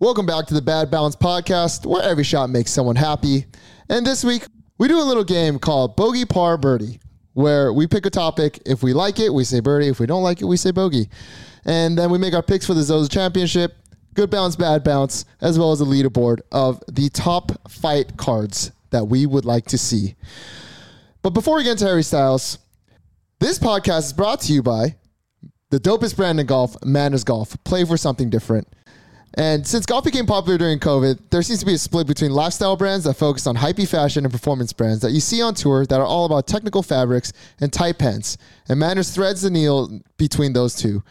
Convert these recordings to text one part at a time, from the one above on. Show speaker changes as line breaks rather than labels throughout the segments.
Welcome back to the Bad Balance Podcast, where every shot makes someone happy. And this week, we do a little game called Bogey Par Birdie, where we pick a topic. If we like it, we say birdie. If we don't like it, we say bogey. And then we make our picks for the Zozo Championship, good bounce, bad bounce, as well as a leaderboard of the top fight cards that we would like to see. But before we get into Harry Styles, this podcast is brought to you by the dopest brand in golf, Manners Golf. Play for something different. And since golf became popular during COVID, there seems to be a split between lifestyle brands that focus on hypey fashion and performance brands that you see on tour that are all about technical fabrics and tight pants. And Manners threads the needle between those two.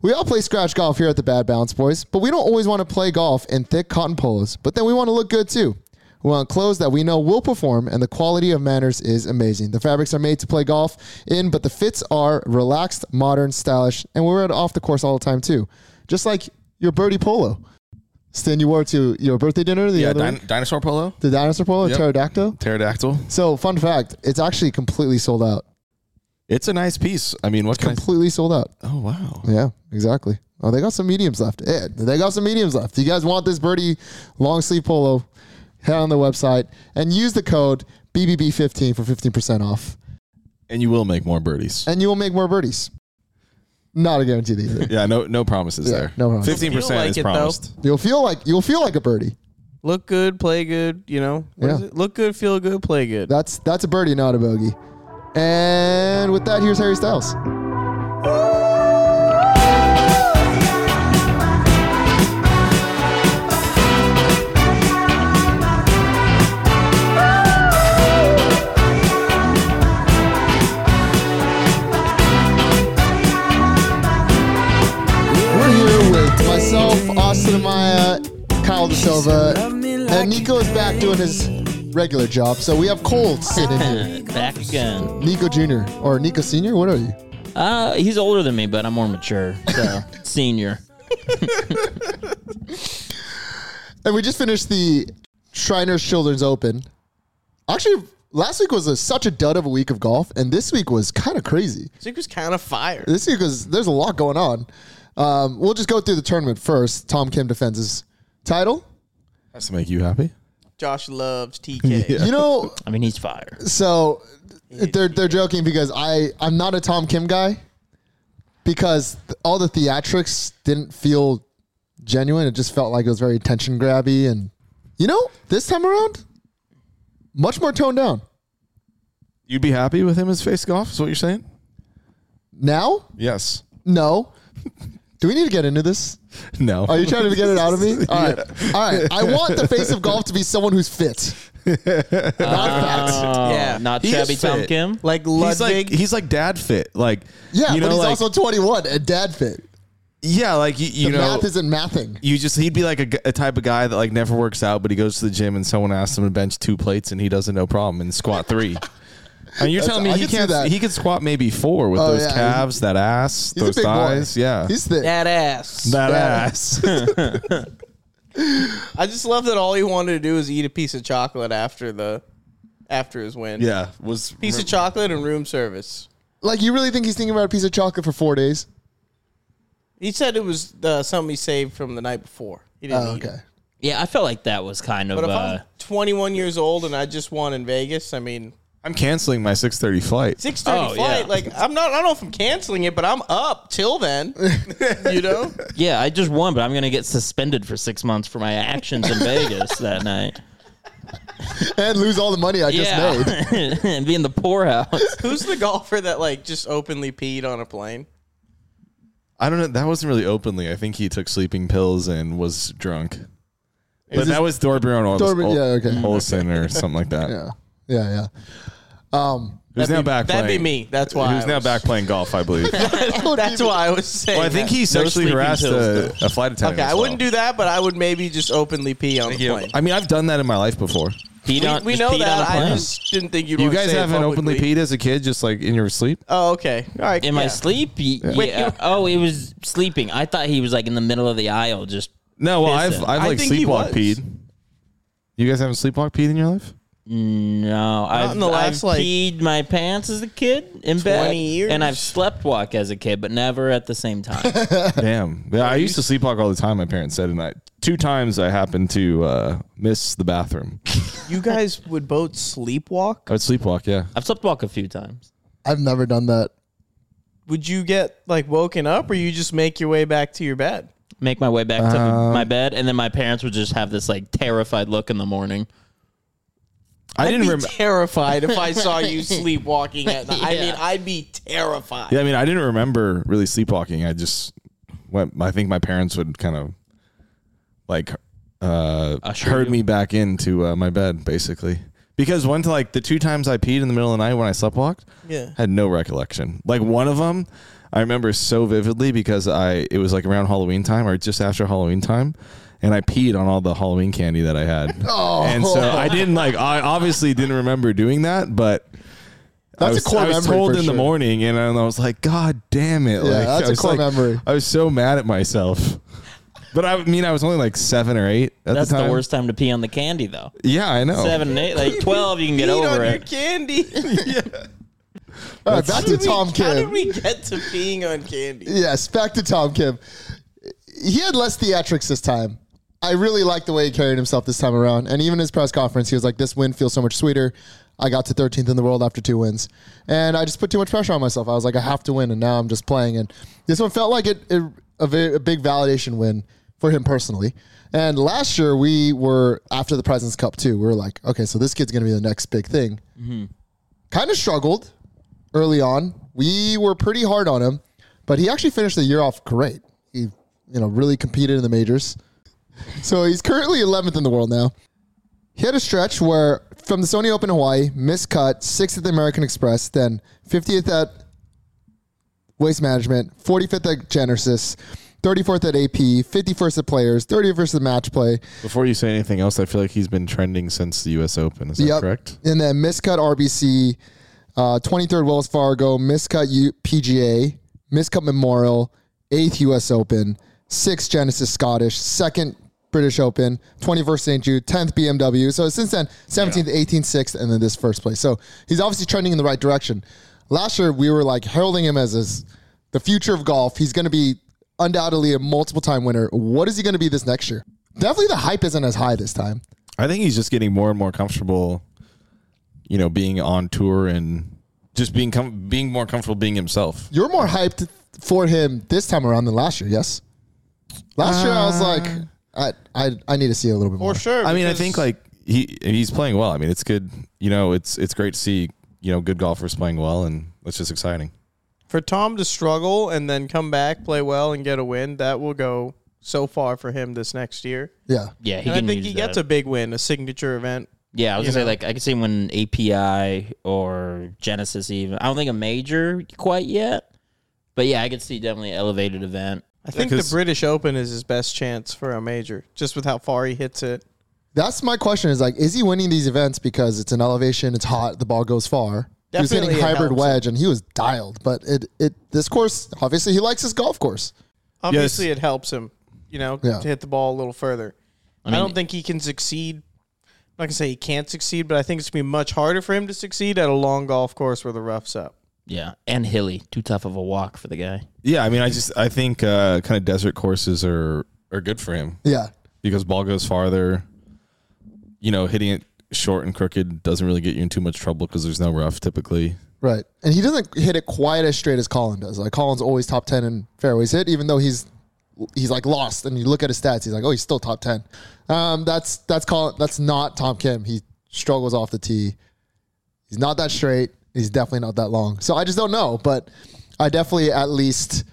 We all play scratch golf here at the Bad Balance Boys, but we don't always want to play golf in thick cotton polos, but then we want to look good too. We want clothes that we know will perform, and the quality of manners is amazing. The fabrics are made to play golf in, but the fits are relaxed, modern, stylish, and we wear it off the course all the time too. Just like your birdie polo. Stan, you wore to your birthday dinner the
Yeah,
other
din-
week?
dinosaur polo,
the dinosaur polo,
Yep.
pterodactyl.
pterodactyl.
So, fun fact, it's actually completely sold out.
It's a nice piece. I mean, what can I?
Completely sold out.
Oh wow,
Yeah, exactly. Oh, they got some mediums left. Yeah, they got some mediums left. You guys want this birdie long sleeve polo? Head on the website and use the code BBB15 for 15% off,
and you will make more birdies.
and you will make more birdies. Not a guarantee either.
Yeah, no, no promises
Yeah,
there.
no promise.
fifteen percent
Feel like
is
it, though.
promised.
You'll feel like you'll feel like a birdie.
Look good, play good. You know, What is
Yeah.
it? look good, feel good, play good.
That's that's a birdie, not a bogey. And with that, here's Harry Styles. We're here with myself, Austin Amaya, Kyle De Silva, and Nico is back doing his regular job. So we have Cold sitting here.
Back again.
Nico Jr. or Nico Sr. What are you?
Uh, he's older than me, but I'm more mature. So senior.
And we just finished the Shriners Children's Open. Actually, last week was a, such a dud of a week of golf, and this week was kind of crazy.
Zeke was kind of fire.
This week was there's a lot going on. Um, we'll just go through the tournament first. Tom Kim defends his title.
Has to make you happy.
Josh loves TK.
You know,
I mean, he's fire.
so they're they're joking because I I'm not a Tom Kim guy because th- all the theatrics didn't feel genuine. It just felt like it was very attention grabby, and you know, this time around, much more toned down.
You'd be happy with him as face golf. Is what you're saying?
Now,
Yes.
no. Do we need to get into this?
No.
Are you trying to get it out of me? All right, all right. I want the face of golf to be someone who's fit, not fat.
Uh,
Oh,
Yeah.
Not
He is
chubby Tom
fit.
Kim.
Like
He's
Ludwig.
like he's like dad fit. Like
Yeah,
you know,
but he's
like,
also 21 and dad fit.
yeah, like you, you
The
know,
math isn't mathing.
you just he'd be like a, gu- a type of guy that like never works out, but he goes to the gym and someone asks him to bench two plates and he doesn't no problem and squat three. And you're
That's-
telling me
I
he
can see
can't?
that.
He could squat maybe four with
Oh,
those
yeah.
calves, that ass,
He's
those
a big
thighs.
boy.
Yeah,
he's thick.
that ass.
that
Yeah.
ass.
I just love that all he wanted to do was eat a piece of chocolate after the after his win.
yeah, was
Piece of chocolate and room service.
Like, you really think he's thinking about a piece of chocolate for four days?
He said it was uh, something he saved from the night before. He didn't
Oh,
eat
okay.
it.
Yeah, I felt like that was kind of.
But if
Uh,
I'm 21 years old and I just won in Vegas, I mean,
I'm canceling my 6:30 flight.
6:30
Oh,
flight.
yeah.
Like I'm not. I don't know if I'm canceling it, but I'm up till then. you know.
yeah, I just won, but I'm gonna get suspended for six months for my actions in Vegas that night.
And lose all the money I just made.
yeah, and be in the poorhouse.
Who's the golfer that like just openly peed on a plane?
I don't know. That wasn't really openly. I think he took sleeping pills and was drunk. But that was Thorbjorn Ols-
Thorbjorn-
Ol-
yeah, okay.
Olsen or something like that.
Yeah. Yeah, yeah. Um,
Who's now
That'd be-
back?
That'd
playing,
be me. That's why.
Who's
I
now
was-
back playing golf? I believe. well,
That's why I was saying.
I think
that.
he sexually
sleeping
harassed a,
pills,
a flight attendant.
Okay, I wouldn't do that, but I would maybe just openly pee on the plane.
I mean, I've done that in my life before.
Peed on,
we
just
know
peed on a
that. I
plane.
just didn't think you'd.
You
wanna
guys
say it
haven't openly
publicly.
peed as a kid, just like in your sleep.
Oh, okay. All right.
in my
yeah.
sleep. Y- Yeah.
Wait, you-
oh, he was sleeping. I thought he was like in the middle of the aisle, just
No, well, I've
Listen,
I've
I
like
think he
sleepwalk
was.
peed. You guys haven't sleepwalk peed in your life?
No, I've,
in the
I've
last, like,
peed my pants as a kid in bed,
20 years.
and I've slept walk as a kid, but never at the same time.
Damn. Yeah, I used to sleepwalk all the time. My parents said, and I two times I happened to uh, miss the bathroom.
You guys would both sleepwalk?
I would sleepwalk. Yeah.
I've slept walk a few times.
I've never done that.
Would you get like woken up, or you just make your way back to your bed?
Make my way back to
Um,
my bed, and then my parents would just have this like terrified look in the morning.
I
I'd
didn't
be
remember.
terrified if I saw you sleepwalking at night. I mean, I'd be terrified.
Yeah, I mean, I didn't remember really sleepwalking. I just went. I think my parents would kind of like uh,
Usher
herd
you?
me back into uh, my bed, basically. Because one to like the two times I peed in the middle of the night when I sleptwalked,
Yeah.
had no recollection. Like one of them, I remember so vividly because I it was like around Halloween time or just after Halloween time, and I peed on all the Halloween candy that I had.
Oh.
and so I didn't like. I obviously didn't remember doing that, but
That's
I
a
was,
core
I was
memory
told
for
in the
sure.
morning, and I, and I was like, "God damn it!" like,
that's
I
a
was
core
like-
memory.
I was so mad at myself. But I mean, I was only like seven or eight at
That's
the
the,
time.
worst time to pee on the candy, though.
Yeah, I know.
Seven and eight, like twelve, you can get
Eat Oh. on
over
your
it.
candy.
All right, back to
Did we-
Tom
How did
Kim.
we get to being on candy?
Yes, back to Tom Kim. He had less theatrics this time. I really liked the way he carried himself this time around. And even his press conference, he was like, This win feels so much sweeter. I got to 13th in the world after two wins. And I just put too much pressure on myself. I was like, I have to win. And now I'm just playing. And this one felt like it, it, a, ve- a big validation win for him personally. And last year, we were after the President's Cup, too. We were like, Okay, so this kid's going to be the next big thing. Kind of struggled early on. We were pretty hard on him, but he actually finished the year off great. He, you know, really competed in the majors. So he's currently 11th in the world now. He had a stretch where from the Sony Open in Hawaii, miscut, 6th at the American Express, then 50th at Waste Management, 45th at Genesis, 34th at AP, 51st at Players, 31st at Match Play.
Before you say anything else, I feel like he's been trending since the U.S. Open. Is that
Yep.
correct?
And then miscut RBC, uh, 23rd Wells Fargo, miscut U- PGA, miscut Memorial, 8th US Open, 6th Genesis Scottish, 2nd British Open, 21st St. Jude, 10th BMW. So since then, 17th, 18th, 6th, and then this first place. So he's obviously trending in the right direction. Last year, we were like heralding him as his, the future of golf. He's going to be undoubtedly a multiple time winner. What is he going to be this next year? Definitely the hype isn't as high this time.
I think he's just getting more and more comfortable, you know, being on tour and just being com- being more comfortable being himself.
You're more hyped for him this time around than last year, yes? Last year I was like, I, I I need to see a little bit more.
Uh, For sure.
I mean, I
because
think like he he's playing well. I mean, it's good. You know, it's it's great to see you know good golfers playing well, and it's just exciting.
for Tom to struggle and then come back, play well, and get a win, that will go so far for him this next year.
Yeah.
Yeah, he
And I
can
think
use
he gets
that.
a big win, a signature event.
Yeah, I was
you
gonna say
know.
like I could see him win API or Genesis even. I don't think a major quite yet, but yeah, I could see definitely an elevated event.
I think the
'cause-
British Open is his best chance for a major, just with how far he hits it.
That's my question is like, is he winning these events because it's an elevation, it's hot, the ball goes far? he was hitting
Definitely it
hybrid
helps.
wedge and he was dialed, but it it this course obviously he likes his golf course.
Obviously, it helps him, you know,
Yeah.
to hit the ball a little further. I,
mean-
don't think he can succeed. I'm not gonna say he can't succeed, but I think it's gonna be much harder for him to succeed at a long golf course where the rough's up.
Yeah, and hilly, too tough of a walk for the guy.
Yeah, I mean, I just I think uh, kind of desert courses are are good for him
Yeah.
because ball goes farther. You know, hitting it short and crooked doesn't really get you in too much trouble because there's no rough typically.
Right. And he doesn't hit it quite as straight as Colin does. Like Colin's always top ten in fairways hit, even though he's he's like lost and you look at his stats, he's like, Oh, he's still top ten. Um that's that's Colin that's not Tom Kim. He struggles off the tee. He's not that straight. He's definitely not that long. So I just don't know, but I definitely at least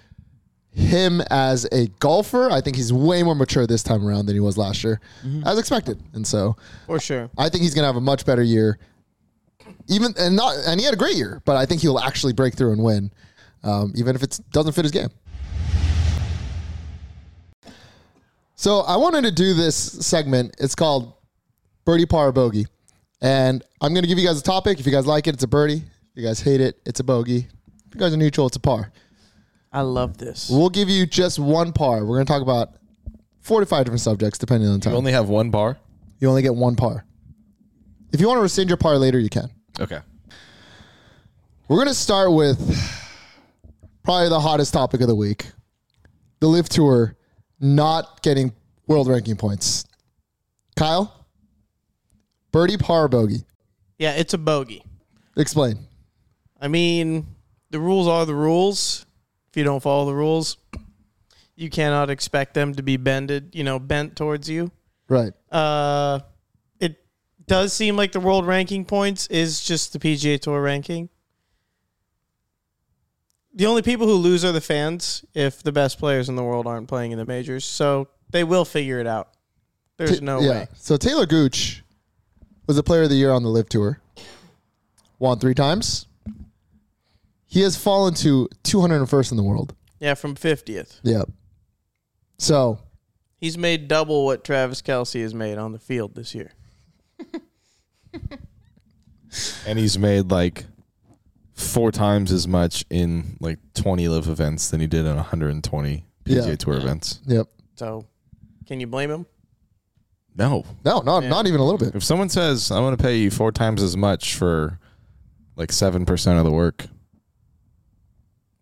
him as a golfer, I think he's way more mature this time around than he was last year, as expected. And so
For sure.
I think he's going to have a much better year. Even and not and he had a great year, but I think he'll actually break through and win, um, even if it doesn't fit his game. So I wanted to do this segment. It's called Birdie Par or Bogey, and I'm going to give you guys a topic. If you guys like it, it's a birdie. If you guys hate it, it's a bogey. If you guys are neutral, it's a par.
I love this.
We'll give you just one par. We're going to talk about four to five different subjects depending on the time.
You only have one bar.
You only get one par. If you want to rescind your par later, you can.
Okay.
We're gonna start with probably the hottest topic of the week: the Live Tour not getting world ranking points. Kyle, birdie par bogey.
Yeah, it's a bogey.
Explain.
I mean, the rules are the rules. If you don't follow the rules, you cannot expect them to be bended, you know, bent towards you.
Right.
Uh, it does seem like the world ranking points is just the PGA Tour ranking. The only people who lose are the fans if the best players in the world aren't playing in the majors. So they will figure it out. There's
Ta-
no
yeah.
way.
So Taylor Gooch was the player of the year on the Live Tour. Won three times. He has fallen to 201st in the world.
Yeah, from 50th.
Yep. So
He's made double what Travis Kelsey has made on the field this year.
And he's made like four times as much in like 20 live events than he did in 120 PGA
Yeah.
Tour events.
yep.
So can you blame him?
No.
No, not
Yeah.
not even a little bit.
If someone says, I'm going to pay you four times as much for like 7% of the work,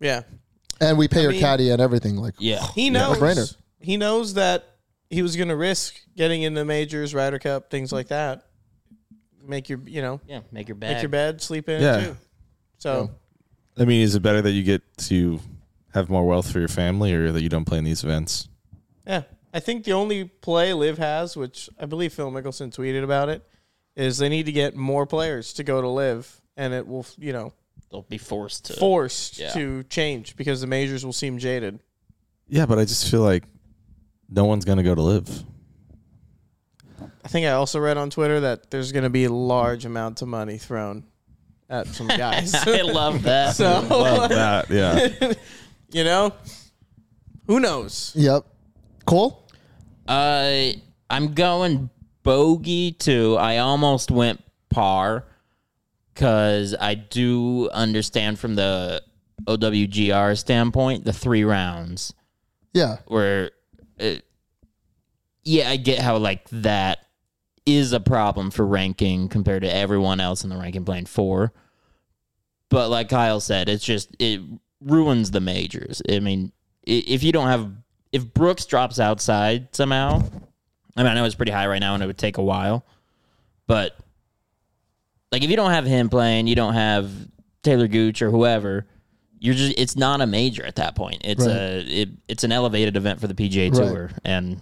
Yeah.
And we pay your
mean-
caddy and everything. Like
Yeah.
He
Yeah.
knows.
No-brainer.
He knows that he was going to risk getting into majors, Ryder Cup, things like that. Make your, you know,
Yeah. Make your bag.
make your bed, sleep in
Yeah.
it too. So
I mean, is it better that you get to have more wealth for your family or that you don't play in these events?
yeah, I think the only play Live has, which I believe Phil Mickelson tweeted about it, is they need to get more players to go to Live, and it will, you know,
They'll be forced to.
forced
Yeah.
to change because the majors will seem jaded.
Yeah, but I just feel like no one's going to go to live.
I think I also read on Twitter that there's going to be large amounts of money thrown at some guys.
I love that.
so
that, yeah.
you know, who knows?
Yep. Cole?
Uh, I'm going bogey too. I almost went par because I do understand from the OWGR standpoint the three rounds
Yeah.
where, it, yeah, I get how like that is a problem for ranking compared to everyone else in the ranking plane four. But like Kyle said, it's just it ruins the majors. I mean, i- if you don't have if Brooks drops outside somehow, I mean, I know it's pretty high right now and it would take a while, but like if you don't have him playing, you don't have Taylor Gooch or whoever. You're just it's not a major at that point. It's
Right.
a it, it's an elevated event for the PGA
Right.
Tour and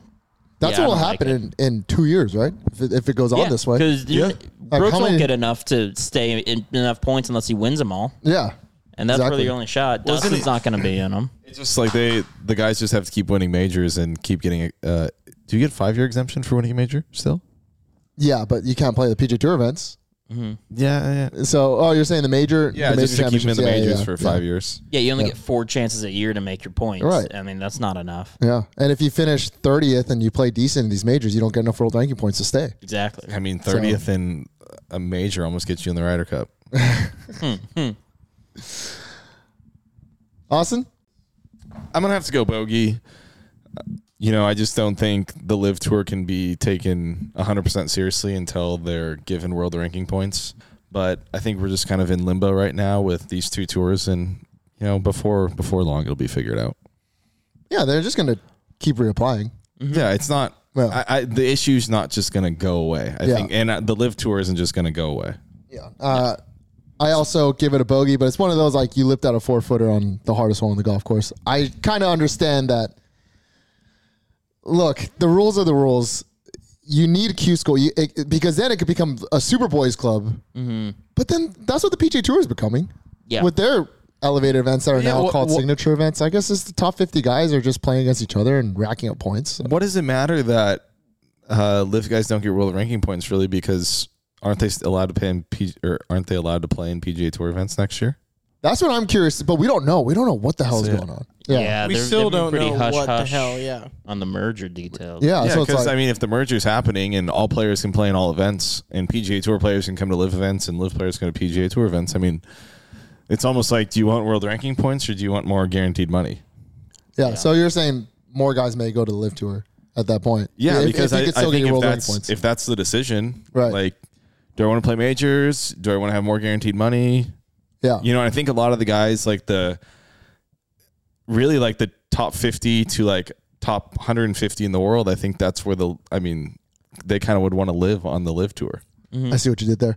That's
Yeah, I
what will
don't like
happen in, in two years, right? If it, if it goes on this way.
Because
Yeah. Like,
Brooks
how
won't
many-
get enough to stay in enough points unless he wins them all.
Yeah.
And that's
Exactly.
really your only shot. Dustin's not going to be in them.
It's just like they, the guys just have to keep winning majors and keep getting. Uh, do you get five year exemption for winning a major still?
Yeah, but you can't play the PJ Tour events.
Yeah, yeah.
So, oh, you're saying the major, the major
just to keep them
championships.
in the
Yeah,
majors
yeah,
for
yeah.
five years.
Yeah, you only get four chances a year to make your points.
Right.
I mean, that's not enough.
Yeah, and if you finish thirtieth and you play decent in these majors, you don't get enough world ranking points to stay.
Exactly.
I mean, thirtieth in a major almost gets you in the Ryder Cup.
Austin,
I'm gonna have to go bogey. You know, I just don't think the Live Tour can be taken 100 percent seriously until they're given world ranking points. But I think we're just kind of in limbo right now with these two tours, and you know, before before long, it'll be figured out.
yeah, they're just gonna keep reapplying.
Yeah, it's not.
Well-
I, I, the issue's not just gonna go away. I
Yeah.
think, and uh, the Live Tour isn't just gonna go away.
Yeah, uh, I also give it a bogey, but it's one of those like you lift out a four footer on the hardest hole on the golf course. I kind of understand that. Look, the rules are the rules. You need a Q score you, it, it- because then it could become a Super Boys club. But then that's what the PJ Tour is becoming.
Yeah.
with their elevator events that are
Yeah,
now
wha-
called
wha-
signature events. I guess it's the top 50 guys are just playing against each other and racking up points.
What does it matter that uh, live guys don't get world ranking points really? Because aren't they st- allowed to play in P- or aren't they allowed to play in PGA Tour events next year?
That's what I'm curious, but we don't know. We don't know what the hell is
That's it.
going on.
yeah,
Yeah. Yeah.
We
they're-
still
they've been
don't
pretty
know
hush,
what
hush
the hell. Yeah.
On the merger details.
yeah,
Uh, so it's
because
like,
I mean, if the merger's happening and all players can play in all events, and PGA Tour players can come to live events, and live players can go to PGA Tour events, I mean, it's almost like do you want world ranking points or do you want more guaranteed money?
yeah, So you're saying more guys may go to the live tour at that point.
Yeah,
If-
because
if you
I,
could still
I
get
think
your
if
world ranking
that's
points.
if that's the decision,
Right.
Like, do I want to play majors? Do I want to have more guaranteed money?
Yeah.
You know, I think a lot of the guys like the really like the top 50 to like top 150 in the world, I think that's where the I mean, they kind of would want to live on the live tour.
I see what you did there.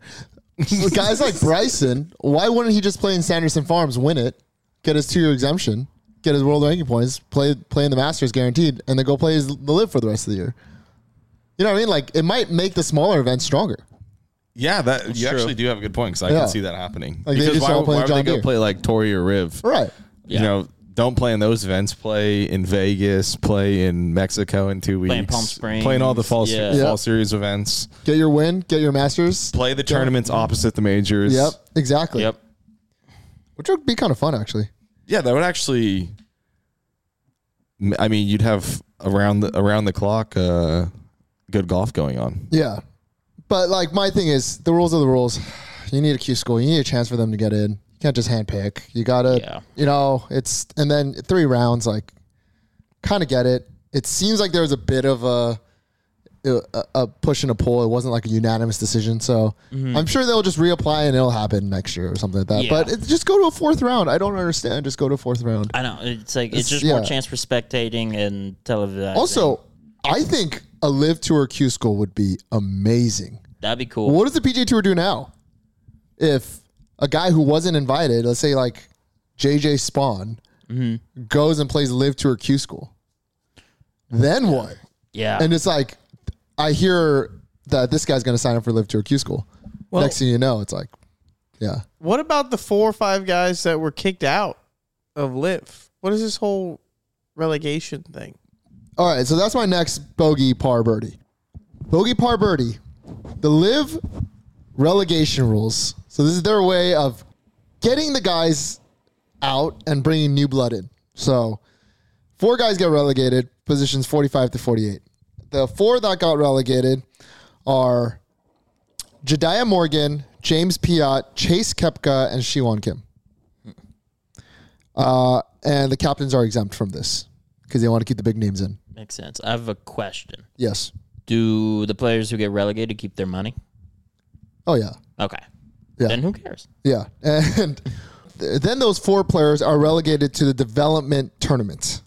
So guys like Bryson, why wouldn't he just play in Sanderson Farms, win it, get his two year exemption, get his world ranking points, play play in the Masters guaranteed, and then go play his, the live for the rest of the year? You know what I mean? Like it might make the smaller events stronger.
Yeah, that you
true.
actually do have a good point because I
Yeah.
can see that happening.
Like, they
because
just
why,
all
would-
play
why would
John
they go
Deere.
play like Tory or Riv?
Right.
Yeah.
You know, don't play in those events. Play in Vegas. Play in Mexico in two weeks.
Play in Palm Springs.
Play in all the fall
Yeah.
Yeah.
fall series events.
Get your win, get your Masters.
Play the tournaments opposite the majors.
Yep, exactly.
Yep.
Which would be kind of fun actually.
Yeah, that would actually. I mean, you'd have around the around the clock uh, good golf going on.
Yeah. But like my thing is the rules are the rules. You need a Q school. You need a chance for them to get in. You can't just handpick. You gotta
Yeah.
you know, it's and then three rounds, like kinda get it. It seems like there was a bit of a a, a push and a pull. It wasn't like a unanimous decision. So I'm sure they'll just reapply and it'll happen next year or something like that.
Mm-hmm. Yeah.
But it, just go to a fourth round. I don't understand. Just go to a fourth round.
I know. It's like it's,
It's-
just
yeah.
more chance for spectating and televising.
Also, I think a live tour Q school would be amazing.
that'd be cool.
What does the PGA Tour do now? If a guy who wasn't invited, let's say like JJ Spawn, goes and plays Live Tour Q School, then what?
yeah.
And it's like, I hear that this guy's going to sign up for Live Tour Q School.
Well-
Next thing you know, it's like, yeah,
What about the four or five guys that were kicked out of Live? What is this whole relegation thing?
All right, so that's my next bogey par birdie. Bogey par birdie. The live relegation rules. So this is their way of getting the guys out and bringing new blood in. So four guys get relegated, positions 45 to 48. The four that got relegated are Jediah Morgan, James Piat, Chase Kepka, and Shiwon Kim. Uh, and the captains are exempt from this because they want to keep the big names in.
Makes sense. I have a question.
Yes.
Do the players who get relegated keep their money?
Oh yeah.
Okay.
Yeah.
Then who cares?
Yeah. And th- then those four players are relegated to the development tournament.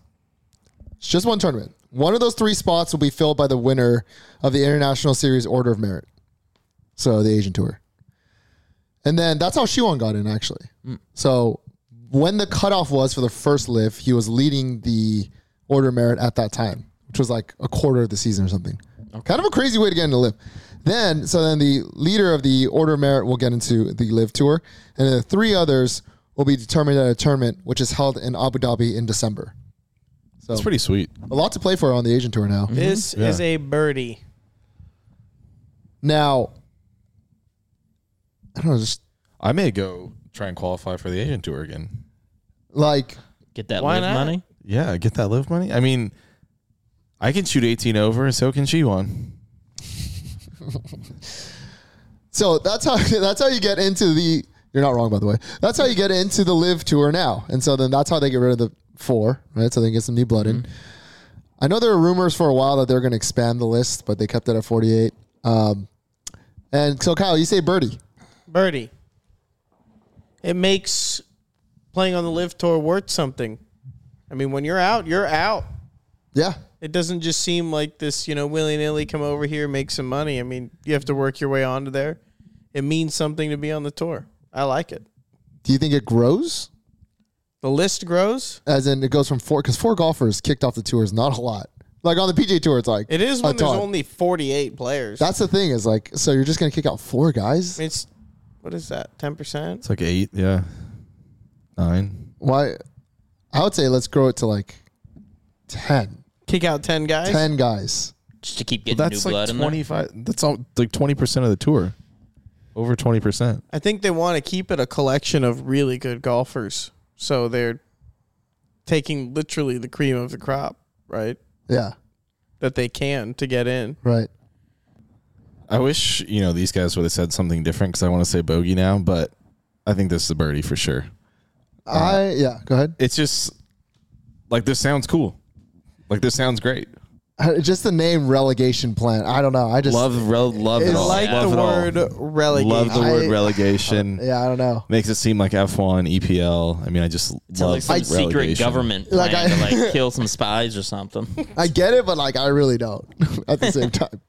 It's just one tournament. One of those three spots will be filled by the winner of the International Series Order of Merit. So the Asian Tour. And then that's how Shiwon got in actually. So when the cutoff was for the first lift, he was leading the Order of Merit at that time, which was like a quarter of the season or something. Kind of a crazy way to get into live. Then, so then the leader of the Order of Merit will get into the live tour, and then the three others will be determined at a tournament which is held in Abu Dhabi in December. So
It's pretty sweet.
a lot to play for on the Asian tour now.
This
Yeah.
is a birdie.
Now, I don't know, just
I may go try and qualify for the Asian Tour again.
like
Get that
Why
live
not?
money?
Yeah, get that live money. I mean, I can shoot 18 over, so can she one.
So that's how that's how you get into the. You're not wrong, by the way. That's how you get into the live tour now, and so then that's how they get rid of the four, right? So they can get some new blood
Mm-hmm.
in. I know there were rumors for a while that they're going to expand the list, but they kept it at 48. Um, and so, Kyle, you say birdie?
Birdie. It makes playing on the live tour worth something. I mean, when you're out, you're out.
Yeah,
It doesn't just seem like this, you know, willy nilly come over here, make some money. I mean, you have to work your way onto there. It means something to be on the tour. I like it.
do you think it grows?
The list grows.
As in, it goes from four because four golfers kicked off the tour is not a lot. Like on the PJ tour, it's like
It is
a
when there's
ton.
only 48 players.
That's the thing is like, so you're just going to kick out four guys?
it's what is that? 10%?
It's like eight, yeah, nine.
Why? I would say let's grow it to like ten.
Kick out 10 guys.
10 guys.
Just to keep
Well,
getting
that's like
new blood in there.
25. That's all like 20 percent of the tour, over 20 percent.
I think they want to keep it a collection of really good golfers. So they're taking literally the cream of the crop, right?
Yeah,
That they can to get in.
right.
I wish you know these guys would have said something different because I want to say bogey now, but I think this is a birdie for sure.
I yeah, go ahead.
It's just like this sounds cool, like this sounds great.
Just the name relegation plan. I don't know. I just
love, rel- love it
It's
all.
like
love
the
it all.
word relegation.
Love the word
I-
relegation.
Yeah, I don't know.
Makes it seem like F1, EPL. I mean, I just
To
love
like some secret
relegation.
government
Like
plan
I-
to like kill some spies or something.
I get it, but like I really don't. At the same time,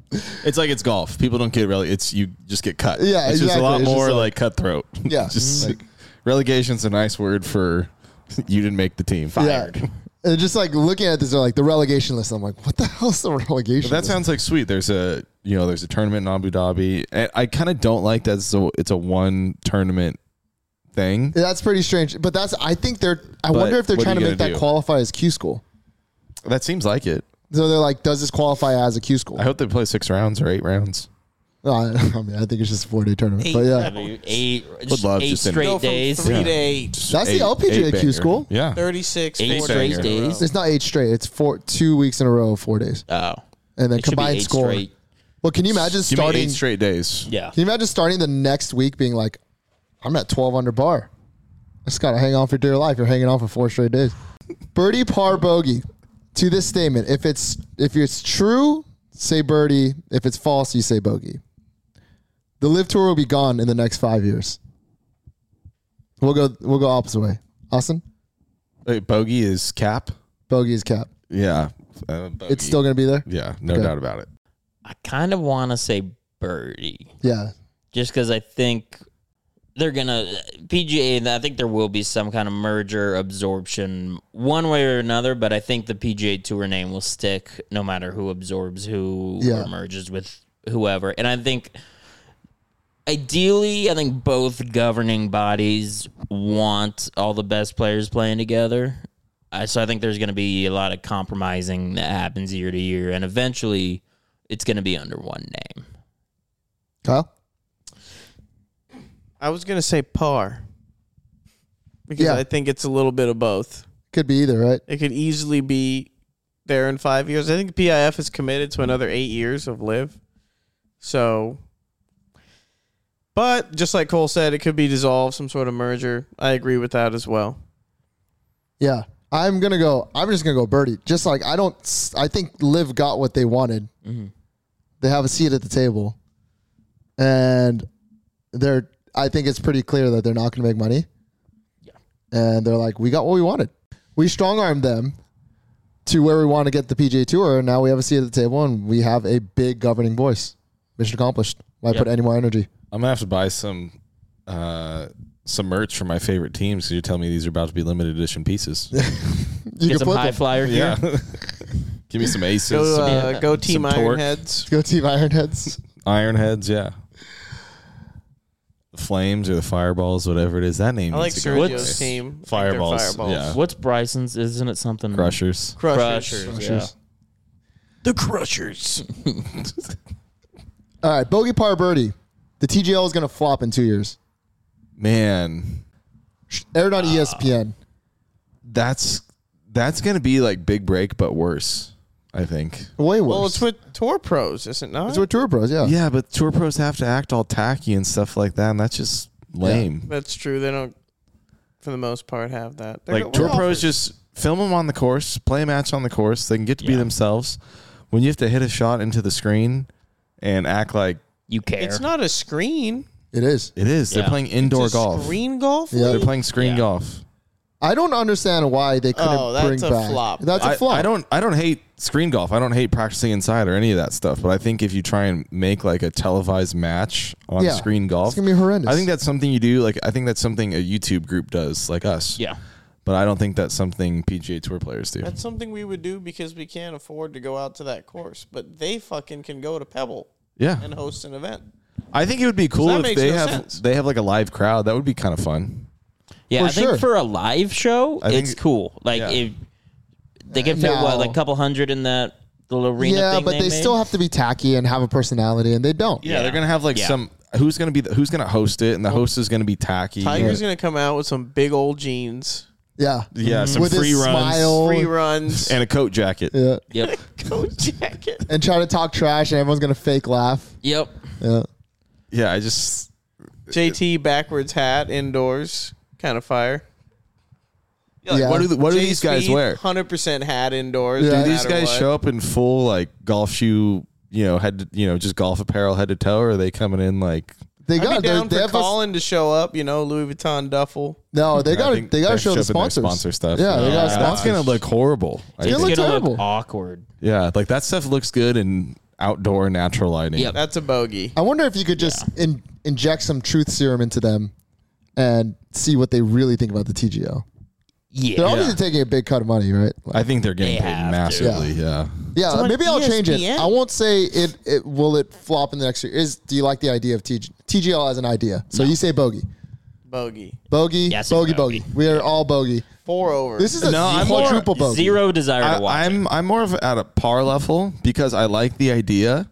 It's like it's golf. People don't get rele. It's you just get cut.
Yeah,
it's just
exactly.
a lot
It's just
more
like-
like, cutthroat.
Yeah. Mhm.
just relegation's a nice word for you didn't make the team.
yeah. And just like looking at this, they're like the relegation list. I'm like, what the hell's the relegation?
That
list?
sounds like sweet. There's a you know there's a tournament in Abu Dhabi. And I kind of don't like that. It's a, it's a one tournament thing.
that's pretty strange. But that's I think they're. I
But
wonder if they're
what are
trying to
you
make
gonna
that
do?
qualify as Q school.
That seems like it.
So they're like, does this qualify as a Q school?
I hope they play six rounds or eight rounds.
No, I, I mean, I think it's just a four day tournament. But yeah,
Eight, just
love
eight
just an-
straight
Go from
days.
three
Yeah.
to eight.
that's
Eight-
the LPGA
eight
Q
banger.
school.
Yeah,
36
Eight
four
straight
days in a
days.
row.
It's not eight straight. It's four two weeks in a row, four days,
Oh,
and then
It should be
combined
eight
score.
straight.
Well, can you imagine
Give me
starting?
eight straight days.
yeah.
Can you imagine starting the next week being like, I'm at 12 under par. I just got to hang on for dear life. You're hanging on for four straight days. Birdie par bogey. To this statement, if it's if it's true, say birdie. If it's false, you say bogey. The live tour will be gone in the next five years. We'll go we'll go opposite way. Austin,
Wait, bogey is cap.
bogey is cap.
Yeah, uh, bogey.
It's still gonna be there.
yeah, no
Okay.
doubt about it.
I kind of want to say birdie.
Yeah,
just because I think they're gonna PGA. I think there will be some kind of merger absorption, one way or another. But I think the PGA Tour name will stick, no matter who absorbs who
Yeah.
or merges with whoever. And I think, ideally, I think both governing bodies want all the best players playing together. I so I think there's going to be a lot of compromising that happens year to year, and eventually, it's going to be under one name.
Kyle.
I was gonna say par because
Yeah.
I think it's a little bit of both.
Could be either, right?
It could easily be there in five years. I think PIF is committed to another eight years of live. So, but just like Cole said, it could be dissolved, some sort of merger. I agree with that as well.
Yeah. I'm going to go, I'm just going to go birdie. Just like, I don't, I think Liv got what they wanted.
Mm-hmm.
They have a seat at the table. And they're, I think it's pretty clear that they're not going to make money. Yeah. And they're like, we got what we wanted. We strong armed them to where we want to get the PGA Tour. And now we have a seat at the table and we have a big governing voice. Mission accomplished. Why put any more energy?
I'm gonna have to buy some uh some merch for my favorite teams. 'cause You're telling me these are about to be limited edition pieces.
You
Get
can
some
flip
high
them.
flyer gear.
yeah. Give me some aces,
Go,
some
uh,
Yeah.
go Team
Some torque.
Ironheads.
Go Team Ironheads.
iron heads, yeah. The flames or the fireballs, whatever it is, that name.
I like
needs to go
Sergio's
away.
team. I think they're
Fireballs,
fireballs.
yeah.
What's Bryson's? Isn't it something?
Crushers.
Crushers.
Crushers.
yeah.
The Crushers.
All right. Bogey par birdie. The TGL is going to flop in two years.
Man,
aired
Ah.
on E ESPN.
that's that's gonna be like big break, but worse. I think.
Way worse.
Well, it's with Tour Pros, is it not?
It's with Tour Pros, yeah.
Yeah, but tour pros have to act all tacky and stuff like that, and that's just lame.
That's true. They don't, for the most part, have that. They're
like tour
golfers.
pros just film them on the course, play a match on the course. They can get to be
Yeah.
themselves. When you have to hit a shot into the screen and act like
You care.
It's not a screen.
It is.
it is, they're
Yeah.
playing indoor
It's a
golf.
Screen golf.
Yeah.
They're playing screen
Yeah.
golf.
I don't understand why they couldn't
Oh, that's
bring
a
back.
flop.
That's
I,
a flop.
I don't. I don't hate screen golf. I don't hate practicing inside or any of that stuff. But I think if you try and make like a televised match on
Yeah.
screen golf,
It's gonna be horrendous.
I think that's something you do. Like I think that's something a YouTube group does, like us.
yeah.
But I don't think that's something PGA Tour players do.
That's something we would do because we can't afford to go out to that course, but they fucking can go to Pebble
yeah.
and host an event.
I think it would be cool
that
if
makes
they
no
have
sense.
they have like a live crowd. That would be kind of fun.
Yeah.
For
I think
sure.
for a live show,
I think-
it's cool. Like
yeah.
if they can fit
No.
what, like a couple hundred in that little arena.
yeah,
thing
but they,
made?
still have to be tacky and have a personality, and they don't.
Yeah, they're
Yeah.
gonna have like
Yeah.
some. Who's gonna be the, who's gonna host it? And the host is gonna be tacky.
Tiger's gonna come out with some big old jeans,
Yeah.
yeah, some
With his
free runs
smile.
free runs,
and a coat jacket.
Yeah.
Yep.
coat jacket.
And try to talk trash, and everyone's going to fake laugh.
Yep.
Yeah.
Yeah, I just
JT backwards hat indoors, kind of fire.
Yeah, like,
Yeah.
What do the, what do these guys wear?
Hundred percent hat indoors.
Yeah.
no
Do these
matter
guys
what.
show up in full like golf shoe, you know, head to, you know, just golf apparel head to toe, or are they coming in like
They
I'd
got
be
they,
down
they
for
have a,
Colin to show up. You know, Louis Vuitton duffel.
no. They
I
got
think
they got to show
up
the
in their
sponsors.
sponsor stuff?
Yeah, they got
Yeah.
that's
sponsors.
gonna look horrible. I
It
It's
think.
looked
gonna
terrible.
look awkward.
yeah, like that stuff looks good in outdoor natural lighting.
Yep.
That's a bogey.
I wonder if you could just in, inject some truth serum into them and see what they really think about the TGO. They're
Yeah.
obviously taking a big cut of money, right? Like-
I think they're getting
They have
paid
to.
massively. Yeah.
yeah,
on
maybe I'll change it.
ESPN.
I won't say it, it. Will it flop in the next year? Is do you like the idea of TG, TGL as an idea? So you say bogey,
Bogey.
bogey,
Yes,
bogey,
bogey.
bogey. We are all bogey.
Four over.
This is a
No, I'm more-
quadruple bogey.
Zero desire to watch.
I,
it.
I'm I'm more of at a par level because I like the idea,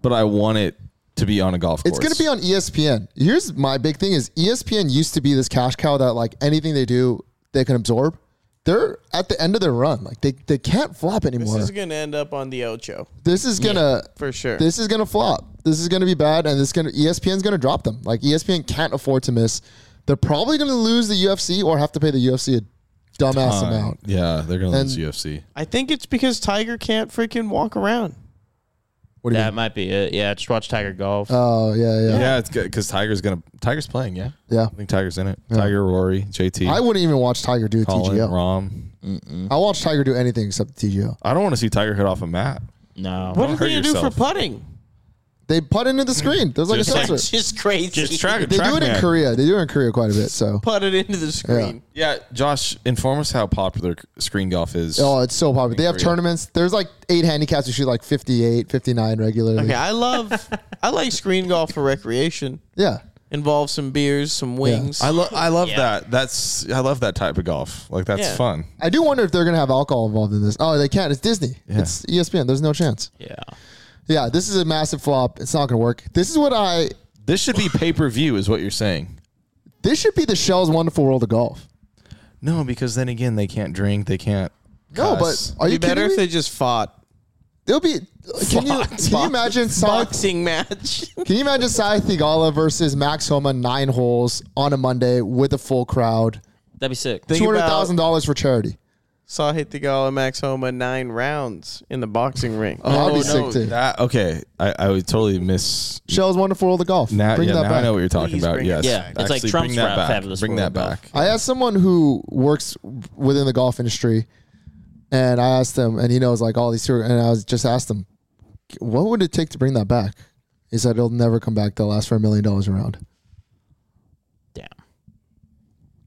but I want it to be on a golf course.
It's going to be on E ESPN. Here's my big thing: is E ESPN used to be this cash cow that like anything they do they can absorb. They're at the end of their run. Like they, they can't flop anymore.
This is gonna end up on the Ocho
gonna
for sure.
this is gonna flop. This is gonna be bad, and this is gonna E ESPN's gonna drop them. Like E ESPN can't afford to miss. They're probably gonna lose the UFC or have to pay the UFC a dumbass
Uh,
amount.
Yeah, they're going to lose
And-
UFC.
I think it's because Tiger can't freaking walk around.
What do you
that
mean?
might be it. Yeah, just watch Tiger golf.
Oh yeah, yeah, yeah.
Yeah, it's good because Tiger's going to Tiger's playing. Yeah, I think Tiger's in it. Tiger, Rory, JT,
I wouldn't even watch Tiger do a
Colin,
TGO.
Rom.
I watch Tiger do anything except the TGO.
I don't want to see Tiger hit off a mat.
no.
What
Don't
are
hurt
they gonna do for
yourself.
putting?
They put into the screen. There's like a
Just like-
sensor.
That's just crazy.
Just track,
They do
track
it in
man.
Korea. They do it in Korea quite a bit. So,
Put it into the screen.
Yeah, Josh, inform us how popular c- screen golf is.
oh, it's so popular. They have
Korea.
tournaments. There's like eight handicaps. You shoot like 58, 59 regularly.
Okay, I love. I like screen golf for recreation.
Yeah.
Involve some beers, some wings.
I love I love
Yeah.
that. That's I love that type of golf. Like that's
Yeah.
fun.
I do wonder if they're going to have alcohol involved in this. Oh, they can't. It's Disney.
Yeah.
It's E ESPN. There's no chance.
Yeah.
Yeah, this is a massive flop. It's not going to work. This is what I.
This should be pay per view, is what you're saying.
This should be the Shell's Wonderful World of Golf.
No, because then again, they can't drink. They can't.
No,
cuss.
but are
It'd
you
be better
kidding
if they
me?
just fought
It'll be. Can you, can you imagine Sonic
boxing match.
Can you imagine Sai Thigala versus Max Homa nine holes on a Monday with a full crowd?
That'd be sick.
Two hundred thousand dollars for charity.
Sahith Thigala, Max Homa, nine rounds in the boxing ring.
That'd be sick too.
that- okay, I, I would totally miss.
Shell's wonderful world of golf.
Now,
Bring
yeah,
that
now
back.
I know what you're talking
Please
about.
bring it
Yes,
back. Yeah, it's like
Actually,
Trump's
bring that
fa-
back.
fabulous
Bring
world
that
of golf.
back.
I asked someone who works within the golf industry, and I asked them, and he knows like all these, tour- and I was just asked him, what would it take to bring that back? He said it'll never come back. They'll ask for a million dollars a round.
Damn.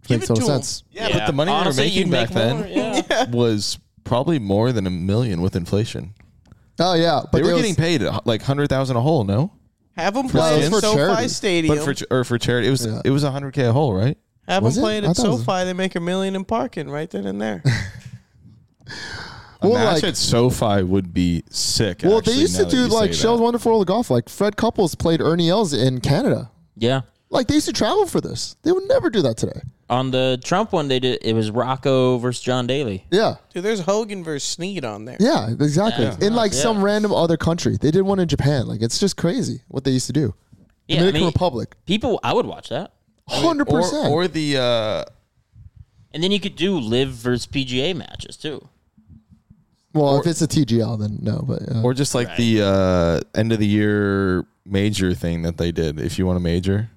Give
Makes
it
no
to 'em.
sense.
Yeah, but the money they were
Honestly,
making
you'd
back
make
then
more, yeah.
was probably more than a million with inflation.
Oh yeah, but
They were
it was-
getting paid uh, like hundred thousand a hole. No,
Have them play
it's
at
for
SoFi
charity.
Stadium.
but for ch- or for charity, it was
Yeah.
it was hundred k a hole, right?
Have them
Was it?
play it
I
at
thought it was-
SoFi. They make a million in parking right then and there.
Well,
a match
like-
at SoFi would be sick.
Well,
actually,
they used
now
to
that
do
you say
like
that.
Shell's wonderful world of golf. Like Fred Couples played Ernie Els in Canada.
Yeah.
Like they used to travel for this. They would never do that today.
On the Trump one, they did it was Rocco versus John Daly.
Yeah.
Dude, there's Hogan versus Sneed on there.
Yeah, exactly.
Yeah.
In like
Yeah.
some random other country. They did one in Japan. Like it's just crazy what they used to do.
Yeah,
Dominican
I mean,
Republic.
people, I would watch that.
100%.
or, or the uh,
And then you could do live versus PGA matches too.
well, if it's a TGL then no, but uh,
or just like the uh, end of the year major thing that they did. If you want a major,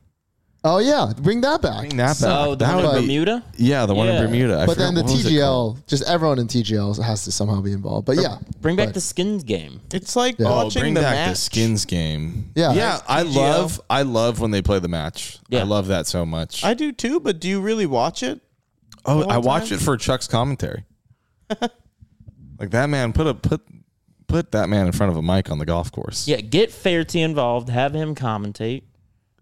Oh yeah, bring that back.
bring that back.
Oh, the
Ah, that
one in
would be-
Bermuda.
Yeah, the one
Yeah.
in Bermuda. I
but
forgot-
then the
what was it called?
TGL, just everyone in TGL has to somehow be involved. But yeah.
Bring back
But-
the skins game.
It's like
Oh,
Oh,
watching
bring
the
back
match.
the skins game.
Yeah.
yeah. I
TGL.
love, I love when they play the match. I
Yeah.
love that so much.
I do too, but do you really watch it?
oh,
whole
I watch
time?
it for Chuck's commentary. like that man put a put put that man in front of a mic on the golf course.
Yeah, get Faherty involved. Have him commentate.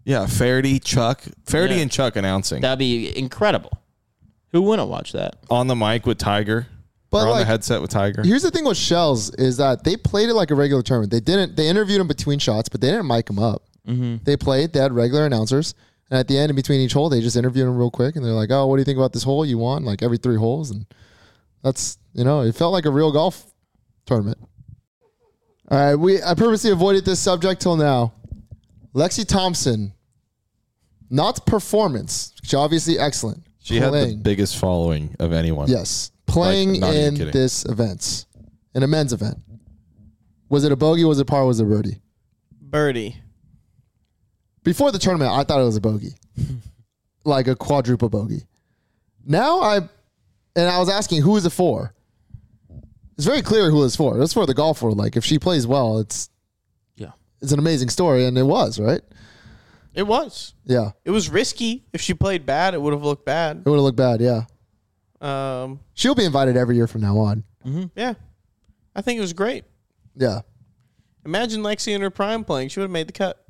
yeah. Faraday, Chuck, Faraday,
Yeah.
and Chuck announcing
That'd be incredible. Who wouldn't watch that?
on the mic with Tiger.
But,
or on the
like,
headset with Tiger.
Here's the thing with Shells is that they played it like a regular tournament. They didn't. They interviewed him between shots, but they didn't mic him up.
Mm-hmm.
They played. They had regular announcers, and at the end, in between each hole, they just interviewed him real quick, and they're like, "Oh, what do you think about this hole? You won like every three holes, and that's you know, it felt like a real golf tournament." All right, we I purposely avoided this subject till now. Lexi Thompson, not performance, which obviously excellent.
She had the
playing.
biggest following of anyone.
Yes, playing
not even
in
kidding.
this event, in a men's event. Was it a bogey? Was it a par? Was it a birdie?
Birdie.
Before the tournament, I thought it was a bogey, like a quadruple bogey. Now I, and I was asking who is it for. It's very clear who it's for. It's for the golfer. Like if she plays well, it's
Yeah.
it's an amazing story, and it was right.
It was.
Yeah,
It was risky. If she played bad, it would have looked bad.
it would have looked bad. Yeah,
Um,
she'll be invited every year from now on.
yeah, I think it was great.
Yeah,
Imagine Lexi in her prime playing; she would have made the cut.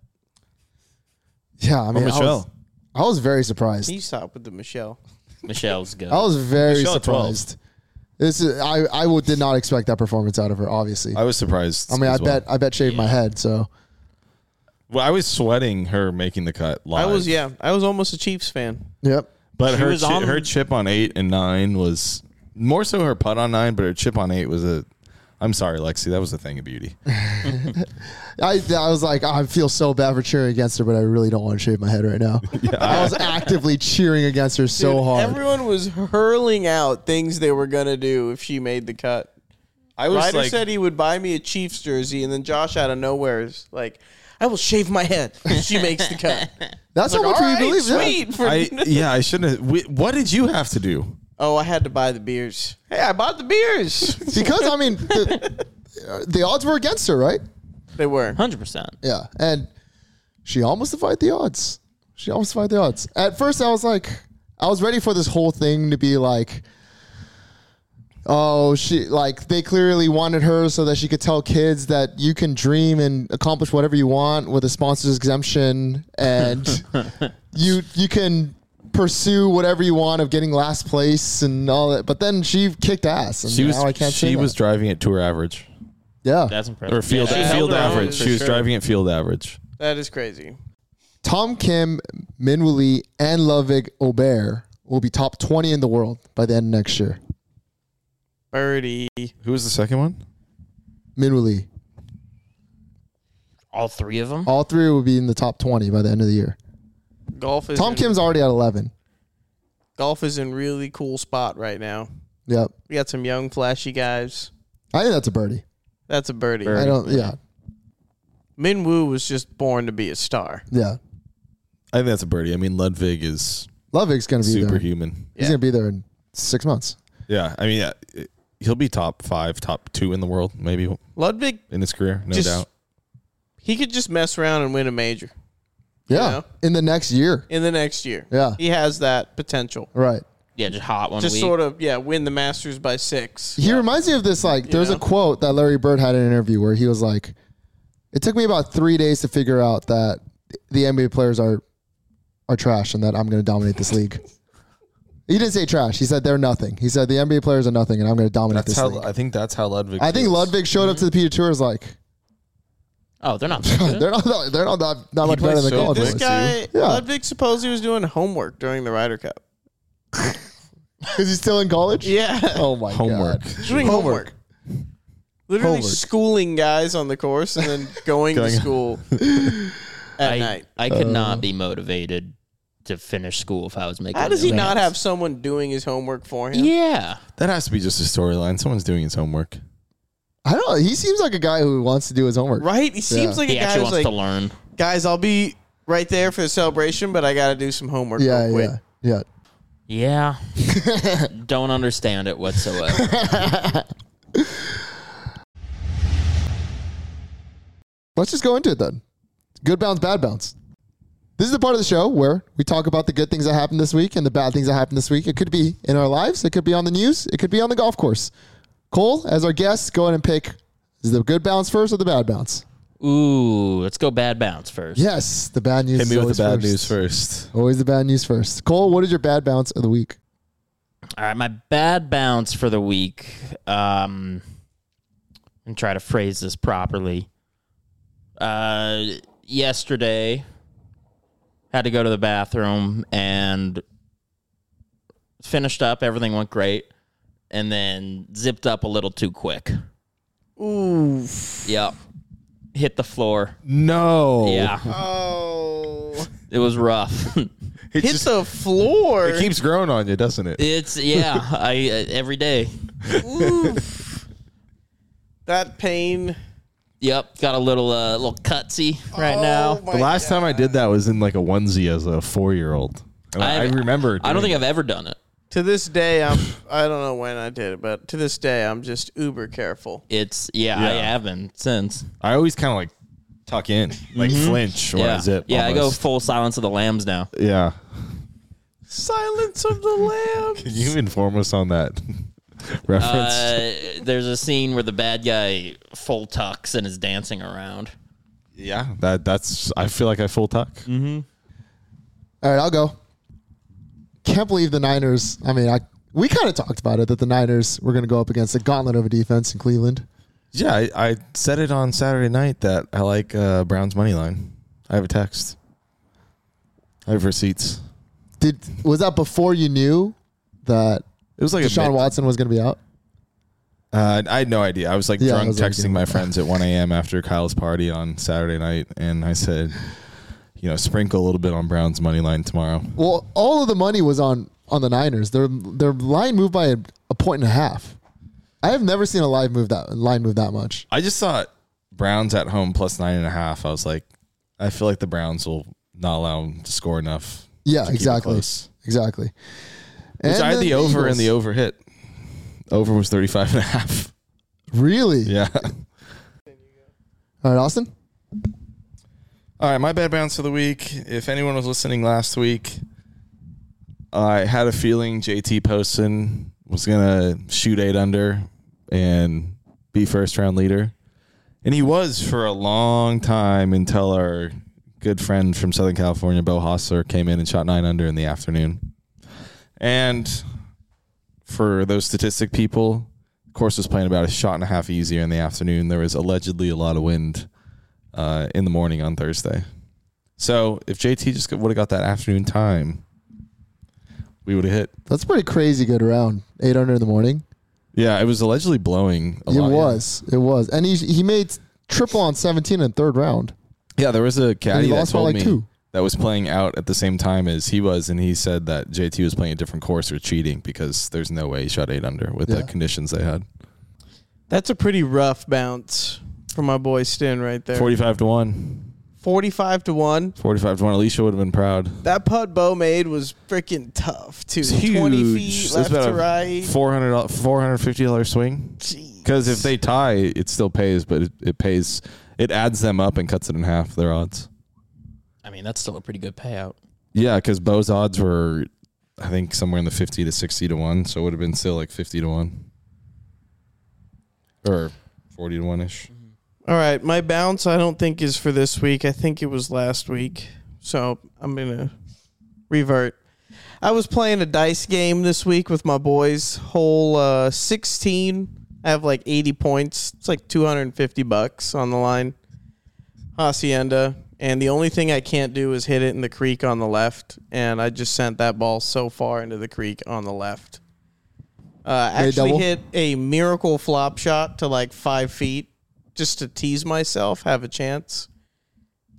yeah. I mean,
Or
I was-
Michelle.
I was very surprised.
He stopped with the Michelle.
Michelle's good.
I was very
Michelle at 12.
surprised. This is I I would, did not expect that performance out of her. Obviously, I,
I was surprised.
mean, I
as well.
bet I bet shaved my head. So
Well, I was sweating her making the cut
I
live.
was, yeah, I was almost a Chiefs fan.
yep,
But
She
her
was
chi-
on-
her chip on eight and nine was more so her putt on nine, but her chip on eight was a. I'm sorry, Lexi, that was a thing of beauty.
I I was like I feel so bad for cheering against her, but I really don't want to shave my head right now. I was actively cheering against her so
Dude,
hard.
Everyone was hurling out things they were gonna do if she made the cut.
I was
Ryder
like,
said he would buy me a Chiefs jersey, and then Josh out of nowhere is like, "I will shave my head if she makes the cut."
That's how
Like,
much
"All right,
we believe. yeah.
sweet. For
I yeah, I shouldn't. have- we- What did you have to do?
oh, I had to buy the beers. Hey, I bought the beers.
because I mean, the, the odds were against her, right?
they were.
100%.
Yeah, and she almost defied the odds. She almost defied the odds. At first, I was like, I was ready for this whole thing to be like, oh, she like they clearly wanted her so that she could tell kids that you can dream and accomplish whatever you want with a sponsor's exemption, and you you can pursue whatever you want of getting last place and all that. But then she kicked ass, and
She was
now I can't say
she
that.
was driving at tour average
yeah.
That's impressive.
or field
Yeah,
field
held her own,
average.
for
She was
sure.
driving at field average.
That is crazy.
Tom Kim, Minwoo Lee, and Lovig Ober will be top 20 in the world by the end of next year.
Birdie.
Who was the second one?
Minwoo Lee.
All three of them?
All three will be in the top 20 by the end of the year.
Golf is
Tom
in,
Kim's already at 11.
golf is in really cool spot right now.
Yep.
We got some young flashy guys.
I think that's a birdie.
That's a birdie.
I
Birdie.
don't, yeah.
Min Woo was just born to be a star.
Yeah.
I think that's a birdie. I mean, Ludwig is
Lovig's going to be there.
superhuman.
He's going to be there in six months.
Yeah, I mean, uh, he'll be top five, top two in the world, maybe
Ludwig
in his career, no
Just-
doubt.
he could just mess around and win a major
Yeah.
know?
In the next year.
in the next year.
Yeah.
He has that potential.
Right.
Yeah, just hot one
Just
week.
sort of, yeah, win the Masters by six.
He reminds me of this like there's a
know?
quote that Larry Bird had in an interview where he was like, "It took me about three days to figure out that the NBA players are are trash and that I'm going to dominate this league." he didn't say trash. He said they're nothing. He said the NBA players are nothing and I'm going to dominate
That's
this
how
league.
I think that's how Ludwig.
I think
feels.
Ludwig showed up to the PGA Tour is like
oh, they're not that good.
they're not they're not not, not much better than the
plays so
college
good.
This
ones
Too.
guy,
Yeah.
Ludwig, supposed he was doing homework during the Ryder Cup.
is he still in college?
Yeah.
Oh my
homework.
god.
doing homework. Literally
Homework.
schooling guys on the course and then going to
Going-
school at
I,
night.
I could not be motivated to finish school if I was making
How does he
those
not have
plans.
someone doing his homework for him?
Yeah.
That has to be just a storyline. Someone's doing his homework.
I don't. know. He seems like a guy who wants to do his homework.
Right? He seems like a
He
guy
actually
who's
wants
like,
to learn.
guys, I'll be right there for the celebration, but I got to do some homework
Yeah.
Oh,
real quick.
Yeah. Yeah.
Yeah. Don't understand it whatsoever.
Let's just go into it then. Good bounce, bad bounce. This is the part of the show where we talk about the good things that happened this week and the bad things that happened this week. It could be in our lives, it could be on the news, it could be on the golf course. Cole, as our guest, go ahead and pick is the good bounce first or the bad bounce?
Ooh, let's go bad bounce first.
Yes, the bad news.
Hit
is
me with
always
the bad
first.
news first.
Always the bad news first. Cole, what is your bad bounce of the week?
All right, my bad bounce for the week. Um, and try to phrase this properly. Uh, yesterday, had to go to the bathroom and finished up. Everything went great, and then zipped up a little too quick.
Ooh.
Yep, hit the floor.
No.
Yeah,
Oh.
It was rough.
It
Hit
just-
the floor.
it keeps growing on you, doesn't it?
it's yeah. I uh, every day.
Oof. that pain
Yep, got a little uh, little cutsy right
now.
now.
the last time I did that was in like a onesie as a four year old. I, I
I've-
remember.
I don't
doing
think I've ever done it.
To this day, I'm. I don't know when I did it, but to this day, I'm just uber careful.
It's yeah, I
Yeah.
haven't since.
I always kind of like tuck in, like flinch or
Yeah,
zip.
yeah, I go
almost.
full Silence of the Lambs now.
yeah.
Silence of the Lambs.
Can you inform us on that reference?
Uh, there's a scene where the bad guy full tucks and is dancing around.
yeah, that that's. I feel like I full tuck.
All right, I'll go. Can't believe the Niners. I mean, I we kind of talked about it that the Niners were going to go up against a gauntlet of a defense in Cleveland.
Yeah, I, I said it on Saturday night that I like uh, Brown's money line. I have a text. I have receipts.
Did was that before you knew that
It was like a
Deshaun
mid-
Watson was going to be out?
Uh, I had no idea. I was like
Yeah, I
drunk
was like-
texting my friends at 1 a.m. after Kyle's party on Saturday night, and I said, you know, sprinkle a little bit on Brown's money line tomorrow.
Well, all of the money was on on the Niners. Their their line moved by a, a point and a half. I have never seen a live move that line move that much.
I just thought Browns at home plus nine and a half. I was like, I feel like the Browns will not allow them to score enough.
Yeah,
to keep it
exactly.
close.
Exactly.
Which I had
then
the over and the
Eagles.
over hit. Over was 35 and a half.
Really?
Yeah.
All right, Austin.
All right, my bad bounce of the week. If anyone was listening last week, I had a feeling JT Poston was gonna shoot eight under and be first round leader, and he was for a long time until our good friend from Southern California, Bo Hostler, came in and shot nine under in the afternoon. And for those statistic people, the course was playing about a shot and a half easier in the afternoon. There was allegedly a lot of wind uh, in the morning on Thursday. So if JT just would have got that afternoon time, we would have hit.
That's pretty crazy. Good round. Eight hundred in the morning.
Yeah, it was allegedly blowing. A
it
lot, yeah.
was. It was. And he he made triple on seventeen in third round.
Yeah, there was a caddy that
lost by
told
like
me
two.
that was playing out at the same time as he was, and he said that JT was playing a different course or cheating because there's no way he shot eight under with
Yeah.
the conditions they had.
That's a pretty rough bounce for my boy Stin right there.
Forty-five to one.
Forty-five to one.
Forty-five to one. Alicia would have been proud.
That putt Bo made was freaking tough too.
It's huge.
Twenty feet
That's
left
about
to
a
right.
$400, $450 swing.
Jeez.
Because if they tie, it still pays, but it, it pays, it adds them up and cuts it in half their odds.
I mean, that's still a pretty good payout.
Yeah, because Bo's odds were, I think, somewhere in the fifty to sixty to one, so it would have been still like fifty to one, or forty to one ish.
All right, my bounce I don't think is for this week. I think it was last week. So I'm going to revert. I was playing a dice game this week with my boys, whole uh, 16. I have like 80 points. It's like 250 bucks on the line. Hacienda. And the only thing I can't do is hit it in the creek on the left. And I just sent that ball so far into the creek on the left. Uh,
Made a
actually
double?
hit a miracle flop shot to like five feet just to tease myself, have a chance.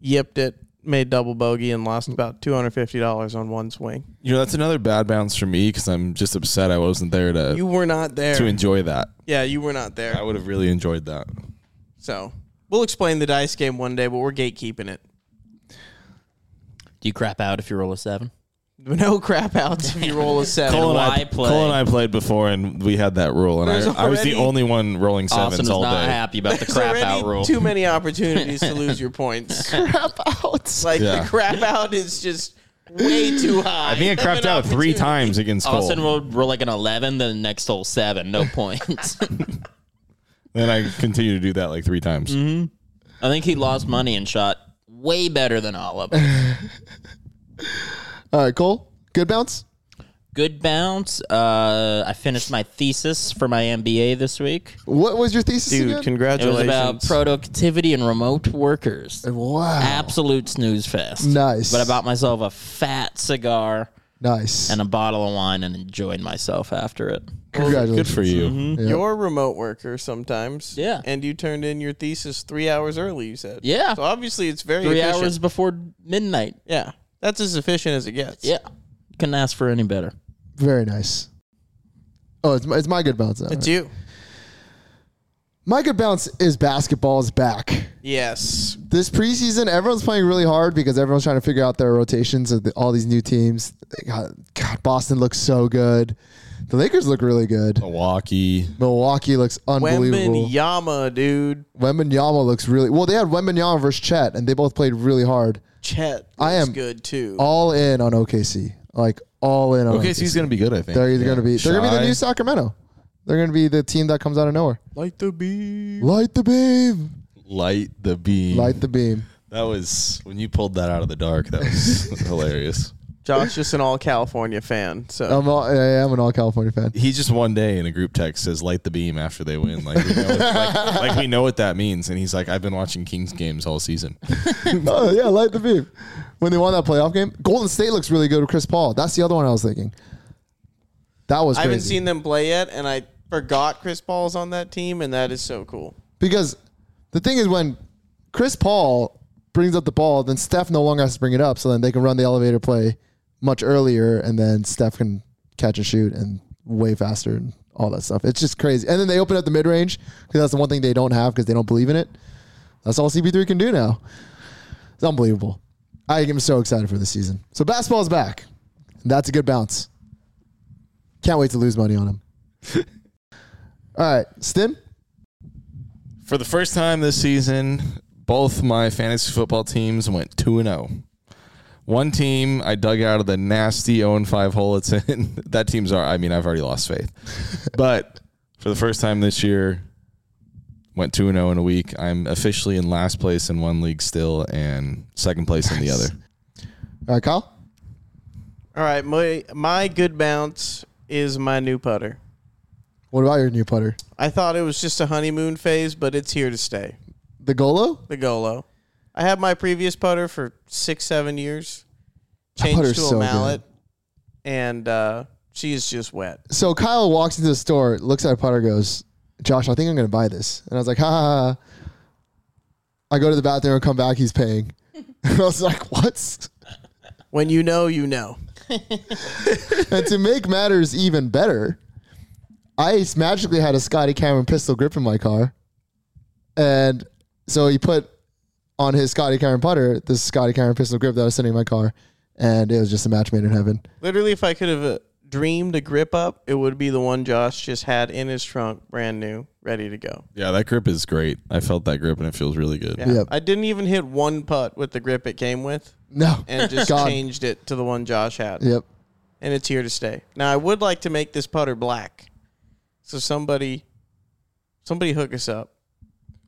Yipped it, made double bogey, and
Mm.
lost about $250 on one swing.
You know, that's another bad bounce for me because I'm just upset I wasn't there to
You were not
to
there.
enjoy that.
Yeah, you were not
I
there.
would have really enjoyed that.
So we'll explain the dice game one day, but we're gatekeeping it.
Do you crap out if you roll a seven?
No crap outs if you roll a seven.
Cole
Cole and, I,
I play.
Cole and I played before, and we had that rule, and
There's
I, I was the
already-
only one rolling sevens
Austin is
all
not
day.
happy about the
There's
crap out
already
rule.
Too many opportunities to lose your points.
Crap out.
Like
Yeah.
the crap out is just way too high.
I think I crapped out three times against Cole.
Austin will roll like an eleven, then the next hole seven, no points.
Then I continue to do that like three times.
I think he lost money and shot way better than all of them.
All right, Cole. Good bounce.
Good bounce. Uh, I finished my thesis for my MBA this week.
What was your thesis
Dude,
again?
It was
congratulations.
about productivity and remote workers.
wow.
Absolute snooze fest.
Nice.
But I bought myself a fat cigar
nice.
and a bottle of wine and enjoyed myself after it.
Good
Congratulations.
for you.
You're a remote worker sometimes.
Yeah.
And you turned in your thesis three hours early, you said.
Yeah.
So obviously it's very
Three
efficient.
hours before midnight.
Yeah. That's as efficient as it gets.
Yeah. Couldn't ask for any better.
Very nice. Oh, it's my, it's my good bounce. now,
It's
right?
you.
My good bounce is basketball is back.
Yes.
This preseason, everyone's playing really hard because everyone's trying to figure out their rotations of the, all these new teams. God, God, Boston looks so good. The Lakers look really good.
Milwaukee.
Milwaukee looks unbelievable.
Yama, dude.
Wembenyama looks really well. They had Wembenyama versus Chet, and they both played really hard.
Chet.
I
looks
am
good too.
All in on OKC, like all in on
Okay,
OKC.
so he's gonna be good. I think
They're either going to be they're going to be the
Shy.
new Sacramento. They're going to be the team that comes out of nowhere.
light the beam.
Light the beam.
Light the beam.
Light the beam.
that was when you pulled that out of the dark. That was hilarious.
Josh just an all California fan. So
I'm all, I am an all California fan.
He just one day in a group text says "light the beam" after they win. Like we know, what, like, like we know what that means. And he's like, "I've been watching Kings games all season."
oh yeah, light the beam. When they won that playoff game, Golden State looks really good with Chris Paul. That's the other one I was thinking. That was
I
crazy.
haven't seen them play yet, and I forgot Chris Paul's on that team, and that is so cool.
because the thing is when Chris Paul brings up the ball, then Steph no longer has to bring it up, so then they can run the elevator play much earlier, and then Steph can catch and shoot and way faster and all that stuff. It's just crazy. And then they open up the mid range because that's the one thing they don't have because they don't believe in it. That's all CP3 can do now. It's unbelievable. I am so excited for this season. So basketball's back. That's a good bounce. Can't wait to lose money on him. all right, Stim.
For the first time this season, both my fantasy football teams went 2 0. One team I dug out of the nasty 0 5 hole it's in. that team's are, I mean, I've already lost faith. but for the first time this year, went 2 0 in a week. I'm officially in last place in one league still and second place in the other.
All right, Kyle.
All right, my my good bounce is my new putter.
What about your new putter?
I thought it was just a honeymoon phase, but it's here to stay.
The Golo?
The Golo. I had my previous putter for six, seven years. Changed to a
putter's so good.
mallet, and uh, she is just wet.
So Kyle walks into the store, looks at a putter, goes, Josh, I think I'm going to buy this. And I was like, ha, ha, ha. I go to the bathroom and come back, he's paying. And I was like, what?
When you know, you know.
And to make matters even better, I magically had a Scotty Cameron pistol grip in my car. And so he put on his Scotty Cameron putter this Scotty Cameron pistol grip that I was sitting in my car. And it was just a match made in heaven.
Literally, if I could have uh, dreamed a grip up, it would be the one Josh just had in his trunk, brand new, ready to go.
Yeah, that grip is great. I felt that grip and it feels really good.
Yeah.
Yep.
I didn't even hit one putt with the grip it came with,
No.
and just
Gone.
changed it to the one Josh had.
Yep.
and it's here to stay. Now I would like to make this putter black. So somebody somebody hook us up.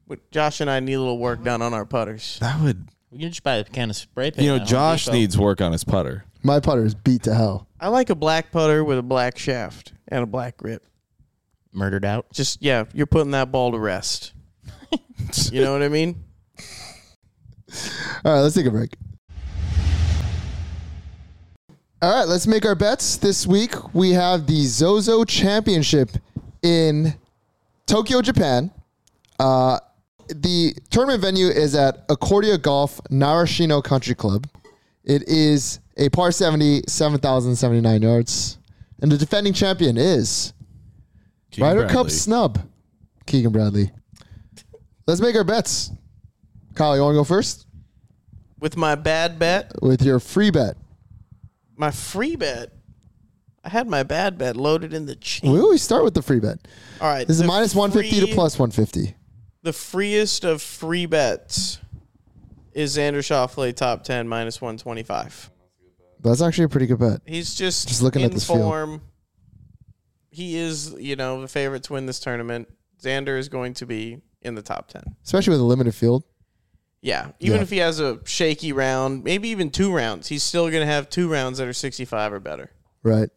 But Josh and I need a little work done on our putters.
That would,
We can just buy a can of spray paint.
you know,
at Home
Josh
Depot.
needs work on his putter.
My putter is beat to hell.
I like a black putter with a black shaft and a black grip.
murdered out.
Just yeah, you're putting that ball to rest. you know what I mean?
All right, let's take a break. All right, let's make our bets. This week we have the Zozo Championship in Tokyo, Japan. Uh, the tournament venue is at Accordia Golf Narashino Country Club. It is a par 70, 7,079 yards. And the defending champion is
Keegan
Ryder
Bradley.
Cup snub, Keegan Bradley. Let's make our bets. Kyle, you want to go first?
With my bad bet,
with your free bet.
my free bet. I had my bad bet loaded in the chain.
We always start with the free bet.
All right.
This is
the
minus 150 to
free-
plus 150.
The freest of free bets is Xander Schauffele top 10 minus 125.
That's actually a pretty good bet.
He's just,
Just looking
in
at this field.
form. He is, you know, the favorite to win this tournament. Xander is going to be in the top 10.
Especially with a limited field.
Yeah. Even
Yeah.
if he has a shaky round, maybe even two rounds, he's still going to have two rounds that are 65 or better.
Right.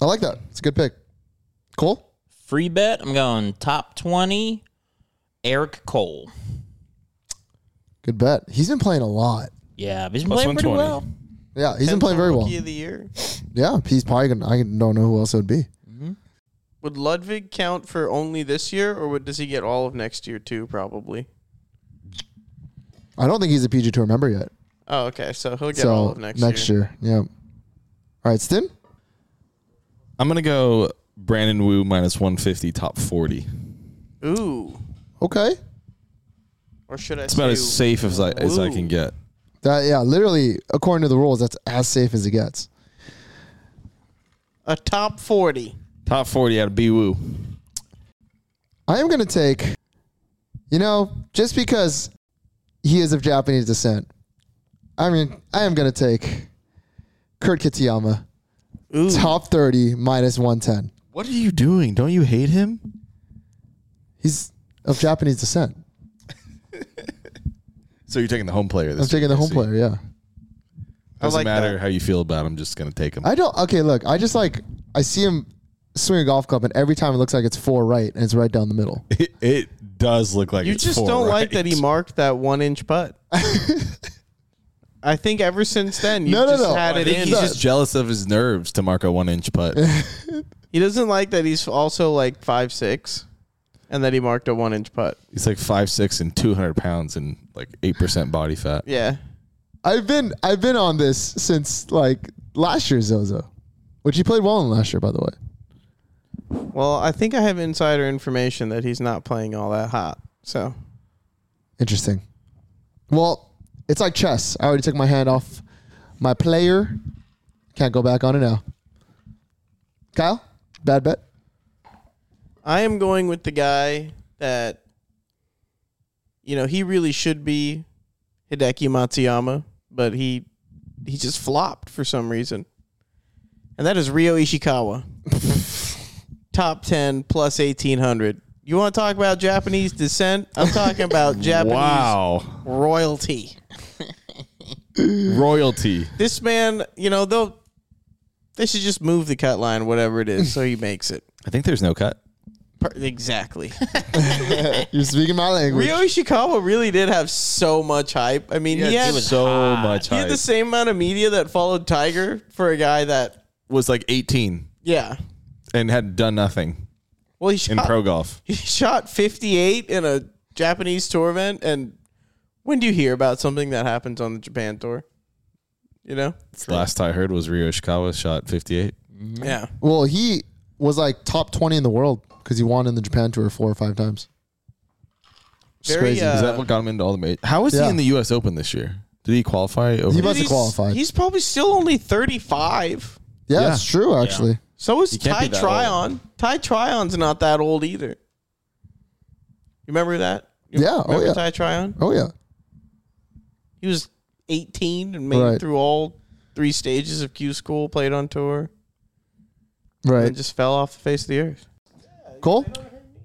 I like that. It's a good pick. Cole?
Free bet. I'm going top twenty. Eric Cole.
Good bet. He's been playing a lot.
Yeah, but he's
Plus
playing pretty
120.
well.
Yeah, he's been playing very well.
Rookie of the year.
Yeah, he's probably going to, I don't know who else it would be.
Would Ludwig count for only this year, or would, does he get all of next year too? Probably.
I don't think he's a PG Tour member yet.
Oh, okay. So he'll get all
so
of next, year.
year. Yep. All right, Stim.
I'm gonna go Brandon Wu minus 150 top 40.
Ooh.
Okay.
Or should I
It's about
say
as safe as I as I
Wu.
can get.
That yeah, literally according to the rules, that's as safe as it gets.
a top 40?
Top 40 out of B Wu.
I am going to take, you know, just because he is of Japanese descent. I mean, I am going to take Kurt Kitayama,
Ooh.
top thirty minus one ten.
What are you doing? Don't you hate him?
He's of Japanese descent.
So you're taking the home player this
I'm taking
week,
the
I
home
see.
player. Yeah.
I
Doesn't
like
matter
that.
how you feel about him. I'm just gonna take him.
I don't. Okay, look, I just like I see him swing a golf club, and every time it looks like it's four right, and it's right down the middle.
it, it does look like
You
it's
just
four,
don't like
right?
that he marked that one inch putt. I think ever since then, you
No, no,
just
no.
had
I
it
think
in.
he's just jealous of his nerves to mark a one inch putt.
he doesn't like that he's also like five six, and that he marked a one inch putt.
he's like five six and 200 pounds and like eight percent body fat.
Yeah.
I've been I've been on this since like last year's Zozo, which he played well in last year, by the way.
Well, I think I have insider information that he's not playing all that hot. So
Interesting. Well, it's like chess. I already took my hand off my player. Can't go back on it now. Kyle, bad bet.
I am going with the guy that, you know, he really should be Hideki Matsuyama, but he he just flopped for some reason, and that is Ryo Ishikawa, top ten plus eighteen hundred. You want to talk about Japanese descent? I'm talking about Japanese
Wow,
royalty.
royalty.
This man, you know, they'll they should just move the cut line, whatever it is, so he makes it.
I think there's no cut.
Per- Exactly.
You're speaking my language.
Ryo Ishikawa really did have so much hype. I mean, he had,
so much
he
hype.
had the same amount of media that followed Tiger for a guy that,
was like 18
yeah.
and had done nothing
Well, he
in
shot,
pro golf.
he shot 58 in a Japanese tour event. And when do you hear about something that happens on the Japan tour? You know?
Last I heard was Ryo Ishikawa shot 58.
Yeah.
Well, he was like top 20 in the world because he won in the Japan Tour four or five times. It's
Very,
crazy.
uh,
Is that what got him into all the majors? How was
Yeah.
he in the U.S. Open this year? Did he qualify? Over
He must
He's-
have qualified.
He's probably still only 35.
yeah,
yeah.
that's true, actually.
So is
can't
Ty
be that
Tryon. Ty Tryon's not that old either. You remember that? You
Yeah, oh,
Remember
yeah.
Ty Tryon?
Oh, yeah.
He was 18 and made
Right.
it through all three stages of Q school, played on tour, and then
Right.
just fell off the face of the earth.
Cole?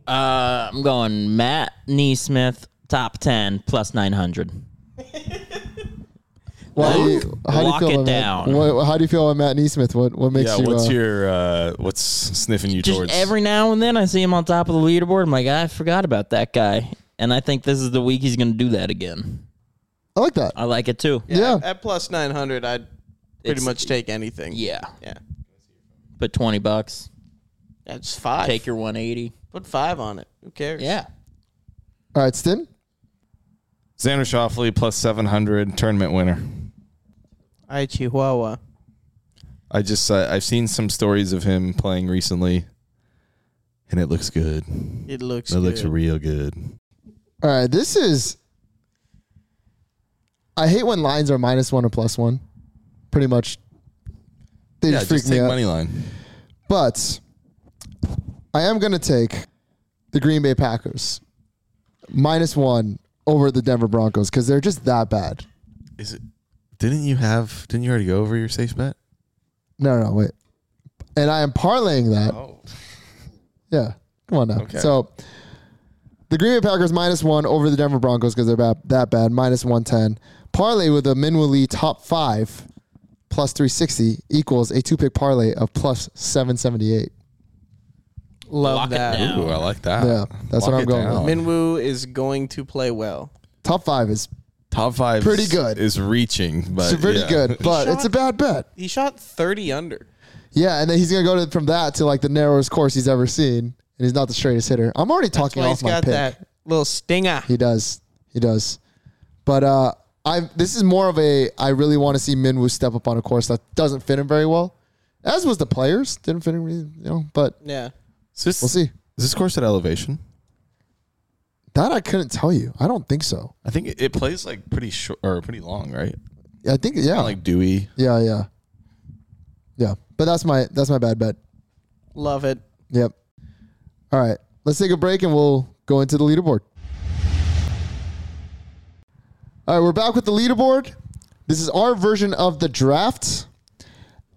Uh, I'm going Matt Neesmith, top 10, plus 900.
Why do you, how
Walk
do you feel
it
about
down.
Matt? What, how do you feel about Matt Neesmith? What what makes
Yeah,
you
what's
uh,
your uh, what's sniffing you
Just
towards?
every now and then I see him on top of the leaderboard. I'm like, "Ah, I forgot about that guy. And I think this is the week he's going to do that again.
I like that.
I like it too.
Yeah.
At, at plus 900, I'd pretty
It's-
much take anything.
Yeah.
Yeah.
Put 20 bucks.
That's five.
Take your 180.
Put five on it. Who cares?
Yeah.
All right, Stin.
Xander Shoffley plus 700 tournament winner.
Hi, Chihuahua.
I just uh, I've seen some stories of him playing recently, and it looks good.
It looks
it looks
good.
real good.
All right, this is. I hate when lines are minus one or plus one. Pretty much, they
Yeah,
just freak
just
me
take
out.
money line.
But I am going to take the Green Bay Packers minus one over the Denver Broncos because they're just that bad.
Is it? Didn't you have? Didn't you already go over your safe bet?
No, no, wait. And I am parlaying that.
Oh,
Yeah. Come on now.
Okay.
So the Green Bay Packers minus one over the Denver Broncos because they're bad, that bad, minus 110. Parlay with a Minwoo Lee top five plus 360 equals a two pick parlay of plus 778.
Love
Lock it
that.
down.
Ooh, I like that.
Yeah, that's what I'm
it
going with.
Minwoo is going to play well.
Top five is
Top five,
Pretty
is-
good.
Is reaching, but
it's pretty
Uh, yeah.
good, but it's a bad bet.
He shot 30 under.
Yeah, and then he's going to go to, from that to like the narrowest course he's ever seen, and he's not the straightest hitter. I'm already
That's
talking
why
off
he's
my
got
pick.
that little stinger.
He does. He does. But uh I this is more of a I really want to see Minwoo step up on a course that doesn't fit him very well. As was the players, didn't fit him, really, you know. But
Yeah.
Is this,
we'll see.
Is this course at elevation?
That I couldn't tell you. I don't think so.
I think it, it plays like pretty short or pretty long, right?
I think yeah,
Not like Dewey.
yeah, yeah, yeah. But that's my that's my bad bet.
Love it.
Yep. All right, let's take a break and we'll go into the leaderboard. All right, we're back with the leaderboard. This is our version of the draft.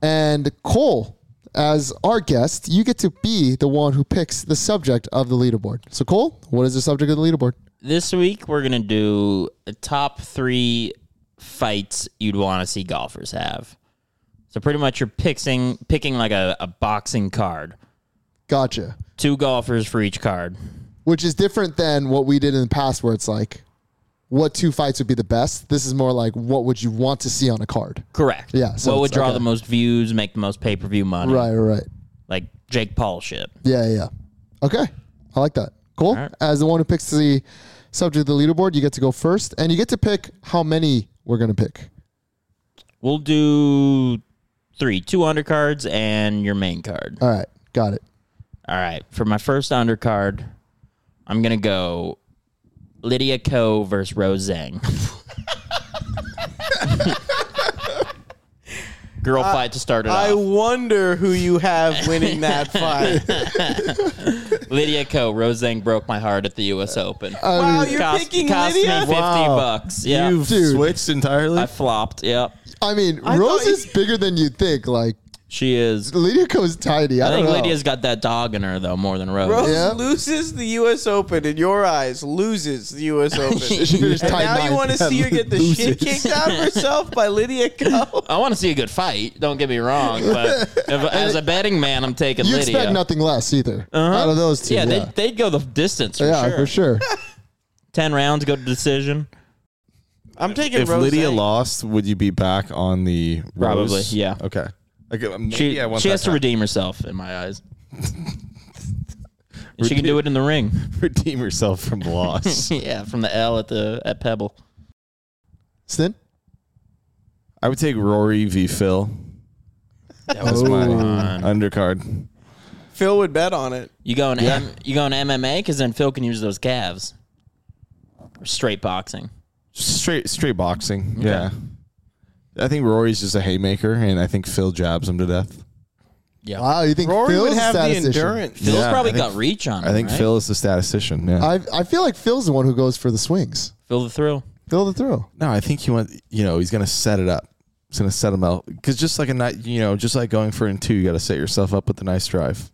And Cole, as our guest, you get to be the one who picks the subject of the leaderboard. So, Cole, what is the subject of the leaderboard?
This week we're gonna do a top three fights you'd want to see golfers have. So pretty much you're picking picking like a, a boxing card,
Gotcha.
two golfers for each card.
Which is different than what we did in the past, where it's like, what two fights would be the best? This is more like, what would you want to see on a card?
Correct.
Yeah, so
what would
it's-
draw
okay.
the most views, make the most pay per view money?
Right, right.
Like Jake Paul shit.
Yeah, yeah. Okay. I like that. Cool.
right.
As the one who picks the subject of the leaderboard, you get to go first and you get to pick how many we're going to pick.
We'll do three, two undercards and your main card.
All right. Got it.
All right. For my first undercard, I'm gonna go Lydia Ko versus Rose Zhang. Girl fight to start it
I
off.
wonder who you have winning that fight.
Lydia Ko, Rose Zhang broke my heart at the U.S. Open.
wow,
mean-
you're
cost,
picking
cost me
Lydia?
fifty
Wow.
bucks. Yeah,
You've
Dude.
switched entirely.
I flopped. Yep,
I mean,
I
Rose
thought you-
is bigger than you think. Like,
she is.
Lydia Co's tiny. I,
I
don't
think
know.
Lydia's got that dog in her though, more than Rose.
Rose
Yeah.
loses the U.S. Open in your eyes. Loses the U.S. Open.
She finished
and
tied
now
ninth.
you want to see her get the shit kicked out of herself by Lydia Ko.
I want to see a good fight. Don't get me wrong, but if, as a betting man, I'm taking
You
Lydia. Uh-huh.
expect nothing less either out of those two.
yeah,
Yeah, yeah.
They'd, they'd go the distance for sure.
for sure.
Ten rounds, go to decision.
I'm taking
if
Rose
Lydia
Zhang.
lost, would you be back on the Rose?
Probably, yeah.
Okay. Okay. Maybe
She,
I want
she
that
has to
time.
redeem herself in my eyes. And she can do it in the ring.
redeem herself from the loss.
yeah, from the L at the at Pebble.
Stin?
I would take Rory v Phil. That's my
Ooh.
undercard.
Phil would bet on it.
You go in M, you go in MMA because then Phil can use those calves. Or straight boxing.
Straight straight boxing. Yeah. I think Rory's just a haymaker, and I think Phil jabs him to death.
Yeah,
Wow, you think
Rory
Phil's
would
a
have the
statistician?
endurance.
Phil's
Yeah,
probably
I think-
got reach on. Him,
I think
right?
Phil is the statistician. Yeah.
I, I feel like Phil's the one who goes for the swings.
Phil the thrill.
Phil the throw.
no, I think he went. You know, he's gonna set it up. He's gonna set him up because just like a night, you know, just like going for in two, you got to set yourself up with a nice drive.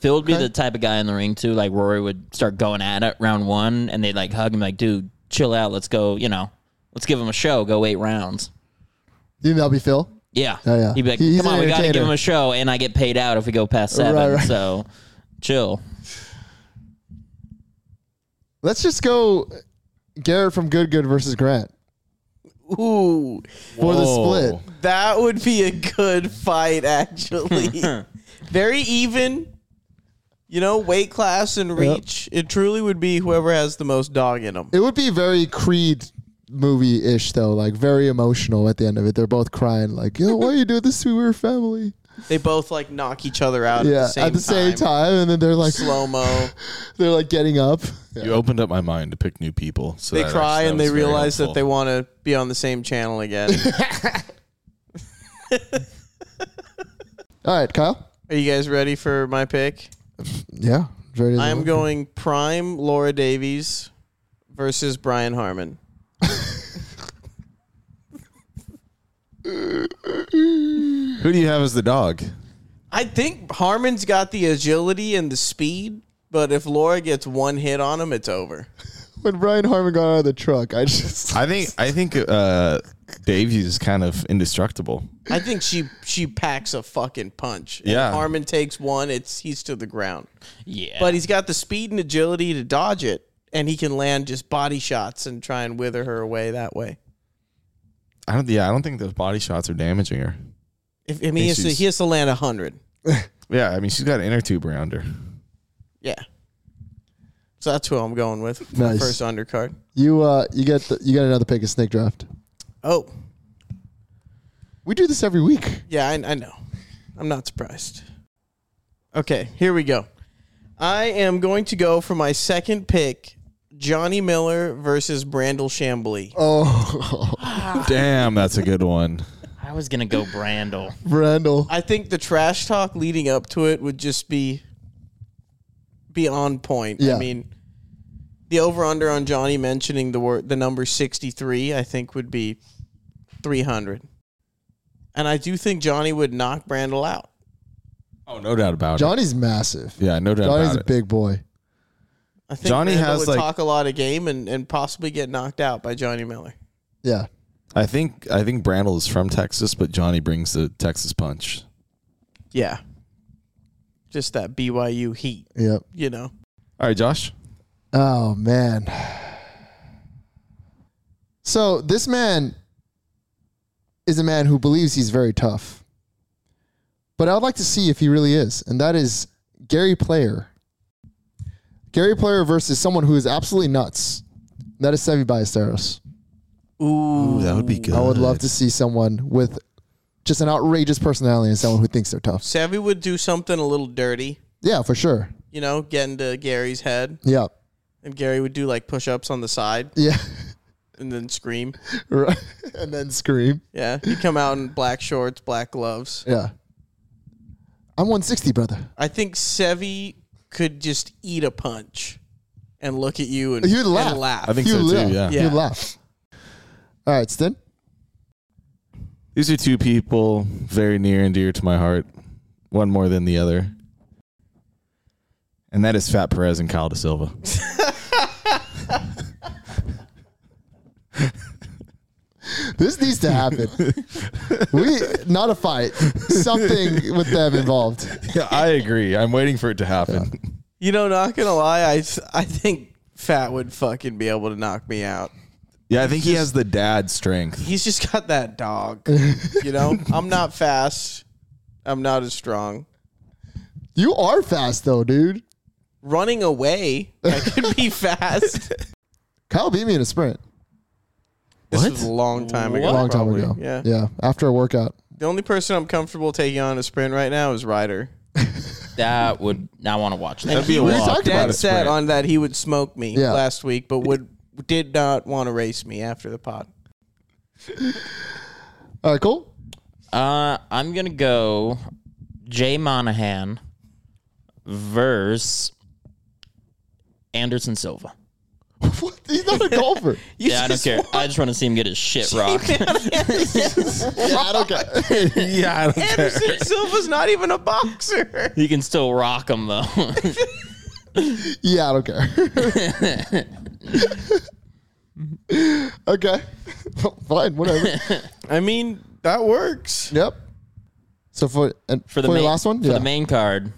Phil would be
Okay.
the type of guy in the ring too. Like Rory would start going at it round one, and they'd like hug him, like, "Dude, chill out. Let's go. You know, let's give him a show. Go eight rounds."
You think that'll be Phil?
Yeah.
Oh, yeah.
He'd be like,
He's
come
an
on, we got to give
entertainer.
him a show, and I get paid out if we go past seven.
Right, right.
So chill.
Let's just go Garrett from Good Good versus Grant
Ooh,
for the split.
that would be a good fight, actually. Very even. You know, weight class and reach. It truly would be whoever has the most dog in them.
It would be very Creed movie ish though, like very emotional at the end of it. They're both crying, like, "Yo, why you do this to our family?"
They both like knock each other out
yeah,
at the same
at the
time.
same time, and then they're like,
Slow mo.
they're like getting up.
You opened up my mind to pick new people. So
They
that
cry
actually-
and
that
they
was very
realize that
helpful.
they want to be on the same channel again.
All right, Kyle.
Are you guys ready for my pick?
Yeah, ready to
I am
go.
going prime Laura Davies versus Brian Harmon.
Who do you have as the dog?
I think Harmon's got the agility and the speed, but if Laura gets one hit on him, it's over.
When Brian Harmon got out of the truck, I just
I think I think uh, Davies is kind of indestructible.
I think she she packs a fucking punch. And
Yeah.
if Harmon takes one, it's he's to the ground.
Yeah.
But he's got the speed and agility to dodge it, and he can land just body shots and try and wither her away that way.
I don't. Yeah, I don't think those body shots are damaging her.
If I mean, he has, to,
Issues.
he has to land hundred.
Yeah, I mean she's got an inner tube around her.
Yeah. So that's who I'm going with. for
Nice.
First undercard.
You uh, you get the, you get another pick of snake draft.
Oh,
We do this every week.
yeah, I, I know. I'm not surprised. Okay, here we go. I am going to go for my second pick Johnny Miller versus Brandel Chambly.
Oh,
Damn, that's a good one.
I was gonna go Brandel.
Randall.
I think the trash talk leading up to it would just be be on point.
Yeah.
I mean, the over under on Johnny mentioning the word the number sixty three, I think would be three hundred, and I do think Johnny would knock Brandel out.
Oh, no doubt about
Johnny's massive.
it. Yeah, no doubt
Johnny's
about
a
it.
big boy.
I think
Johnny
Brandel
has,
would
like-
talk a lot of game and, and possibly get knocked out by Johnny Miller.
Yeah,
I think I think Brandel is from Texas, but Johnny brings the Texas punch.
Yeah, just that BYU heat,
yep.
you know.
All right, Josh.
Oh man. So this man is a man who believes he's very tough. But I would like to see if he really is, and that is Gary Player. Gary Player versus someone who is absolutely nuts. That is Sevi Ballesteros.
Ooh,
that would be good.
I would love to see someone with just an outrageous personality and someone who thinks they're tough.
Savvy would do something a little dirty,
Yeah, for sure.
you know, get into Gary's head.
Yeah.
And Gary would do like push ups on the side
Yeah.
and then scream.
Right. and then scream.
Yeah. He'd come out in black shorts, black gloves.
Yeah. I'm 160, brother.
I think Sevi could just eat a punch and look at you and,
He'd
and
laugh.
I think
You
so
laugh.
too. Yeah.
Yeah.
You laugh. All right, Sten.
These are two people very near and dear to my heart, one more than the other. And that is Fat Perez and Kyle Da Silva.
This needs to happen. we not a fight, something with them involved.
yeah, I agree. I'm waiting for it to happen.
You know, not going to lie, I, I think Fat would fucking be able to knock me out.
Yeah, I think he has the dad strength.
He's just got that dog. You know, I'm not fast, I'm not as strong.
You are fast though, dude.
Running away, I could be fast.
Kyle beat me in a sprint
This
What?
was a long time
a
ago.
long
probably.
time ago.
Yeah.
yeah. After a workout,
The only person I'm comfortable taking on a sprint right now is Ryder.
That would I want to watch that.
That'd be a
We
walk.
talked about
Dead
a
set on that he would smoke me
Yeah.
last week, but would did not want to race me after the pod.
all right, cool.
Uh, I'm gonna go Jay Monahan versus Anderson Silva.
What? He's not a golfer.
You
Yeah, I don't
just
care. I just want to see him get his shit rocked.
yeah, I don't care.
yeah, I don't care.
Anderson Silva's not even a boxer.
He can still rock him though.
Yeah, I don't care. okay, fine, whatever.
I mean, that works.
Yep. So for and
for the
your
main,
last one,
for
yeah.
the main card,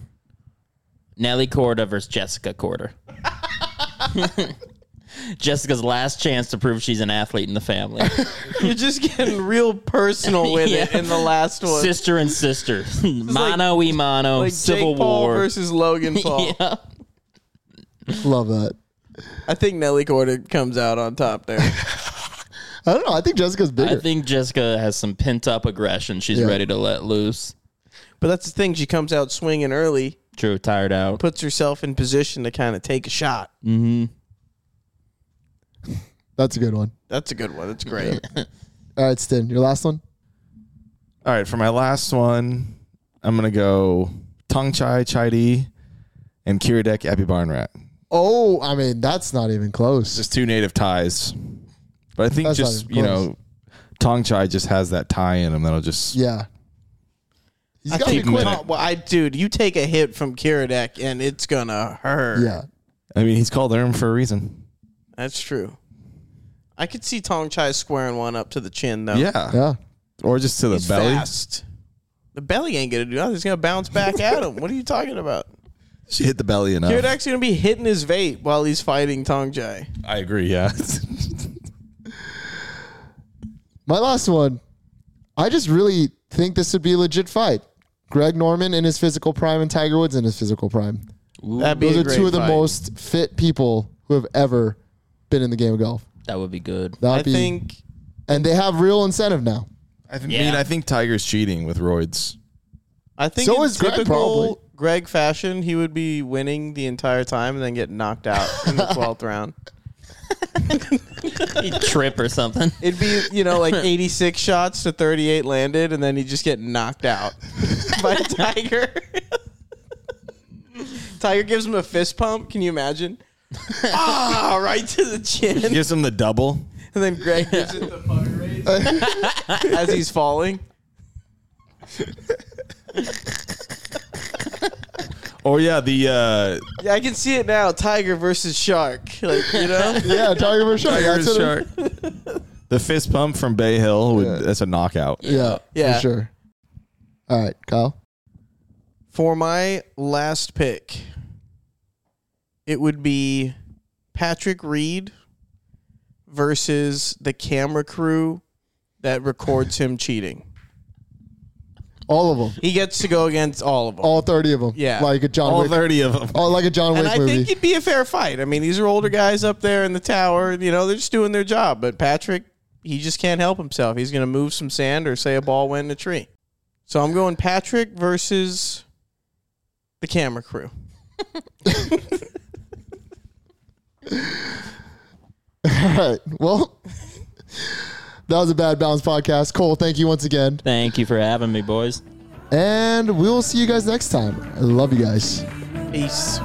Nelly Corda versus Jessica Corda. Jessica's last chance to prove she's an athlete in the family.
You're just getting real personal with it
Yeah.
in the last one.
sister and sister, mano e mano,
like
civil
Jake Paul
war.
versus Logan Paul.
yeah.
Love that.
I think Nelly Corder comes out on top there.
I don't know. I think Jessica's
I
bigger.
think Jessica has some pent up aggression. She's
Yeah.
ready to let loose.
but that's the thing. She comes out swinging early,
True, tired out.
puts herself in position to kind of take a shot.
That's a good one.
That's a good one. That's great.
All right, Sten, your last one.
All right, for my last one, I'm gonna go Tong Chai Chai Di and Kiradek Abby Barnrat.
Oh, I mean, that's not even close.
Just two native ties, but I think
That's not
just
even
you
close.
know, Tong Chai just has that tie in him that'll just
yeah. He's
I
got to
think
be quick.
minute.
well, I dude, you take a hit from Kiradek and it's gonna hurt.
Yeah.
I mean, he's called Irm for a reason.
that's true. I could see Tong Chai squaring one up to the chin though.
Yeah.
Yeah.
Or just to the
He's
belly.
fast. The belly ain't gonna do nothing. He's gonna bounce back at him. What are you talking about?
She hit the belly enough.
Kiradek's gonna be hitting his vape while he's fighting Tong Chai.
I agree, yeah.
My last one. I just really think this would be a legit fight. Greg Norman in his physical prime and Tiger Woods in his physical prime.
That'd be
Those
a
are
great
two of the
fight.
most fit people who have ever been in the game of golf.
That would be good.
That'd
I
be,
think
and they have real incentive now.
I th-
Yeah.
mean, I think Tiger's cheating with roids.
I think
So
in
is Greg, probably.
typical Greg fashion, he would be winning the entire time and then get knocked out in the twelfth round.
trip or something.
It'd be you know like eighty six shots to thirty eight landed, and then he'd just get knocked out by Tiger. Tiger gives him a fist pump. Can you imagine? ah, right to the
He
chin,
gives him the double.
and then Greg gives it the fucker raise as he's falling.
Or Oh, yeah, the uh,
Yeah, I can see it now. Tiger versus shark. Like you know.
Yeah, Tiger versus Shark.
Tiger's
That's it.
shark. the fist pump from Bay Hill. Would,
Yeah.
That's a knockout.
Yeah,
Yeah.
for sure. All right, Kyle.
For my last pick, it would be Patrick Reed versus the camera crew that records him cheating.
All of them,
He gets to go against all of them.
all thirty of them.
Yeah.
like a John
All
Wick.
thirty of them.
Oh, like a John Wick
and I
movie.
think it'd be a fair fight. I mean, these are older guys up there in the tower. You know, they're just doing their job. But Patrick, he just can't help himself. He's going to move some sand or say a ball went in a tree. So I'm going Patrick versus the camera crew.
All right. Well, that was a bad balance podcast. Cole, thank you once again,
Thank you for having me, boys.
and we will see you guys next time. I love you guys.
Peace.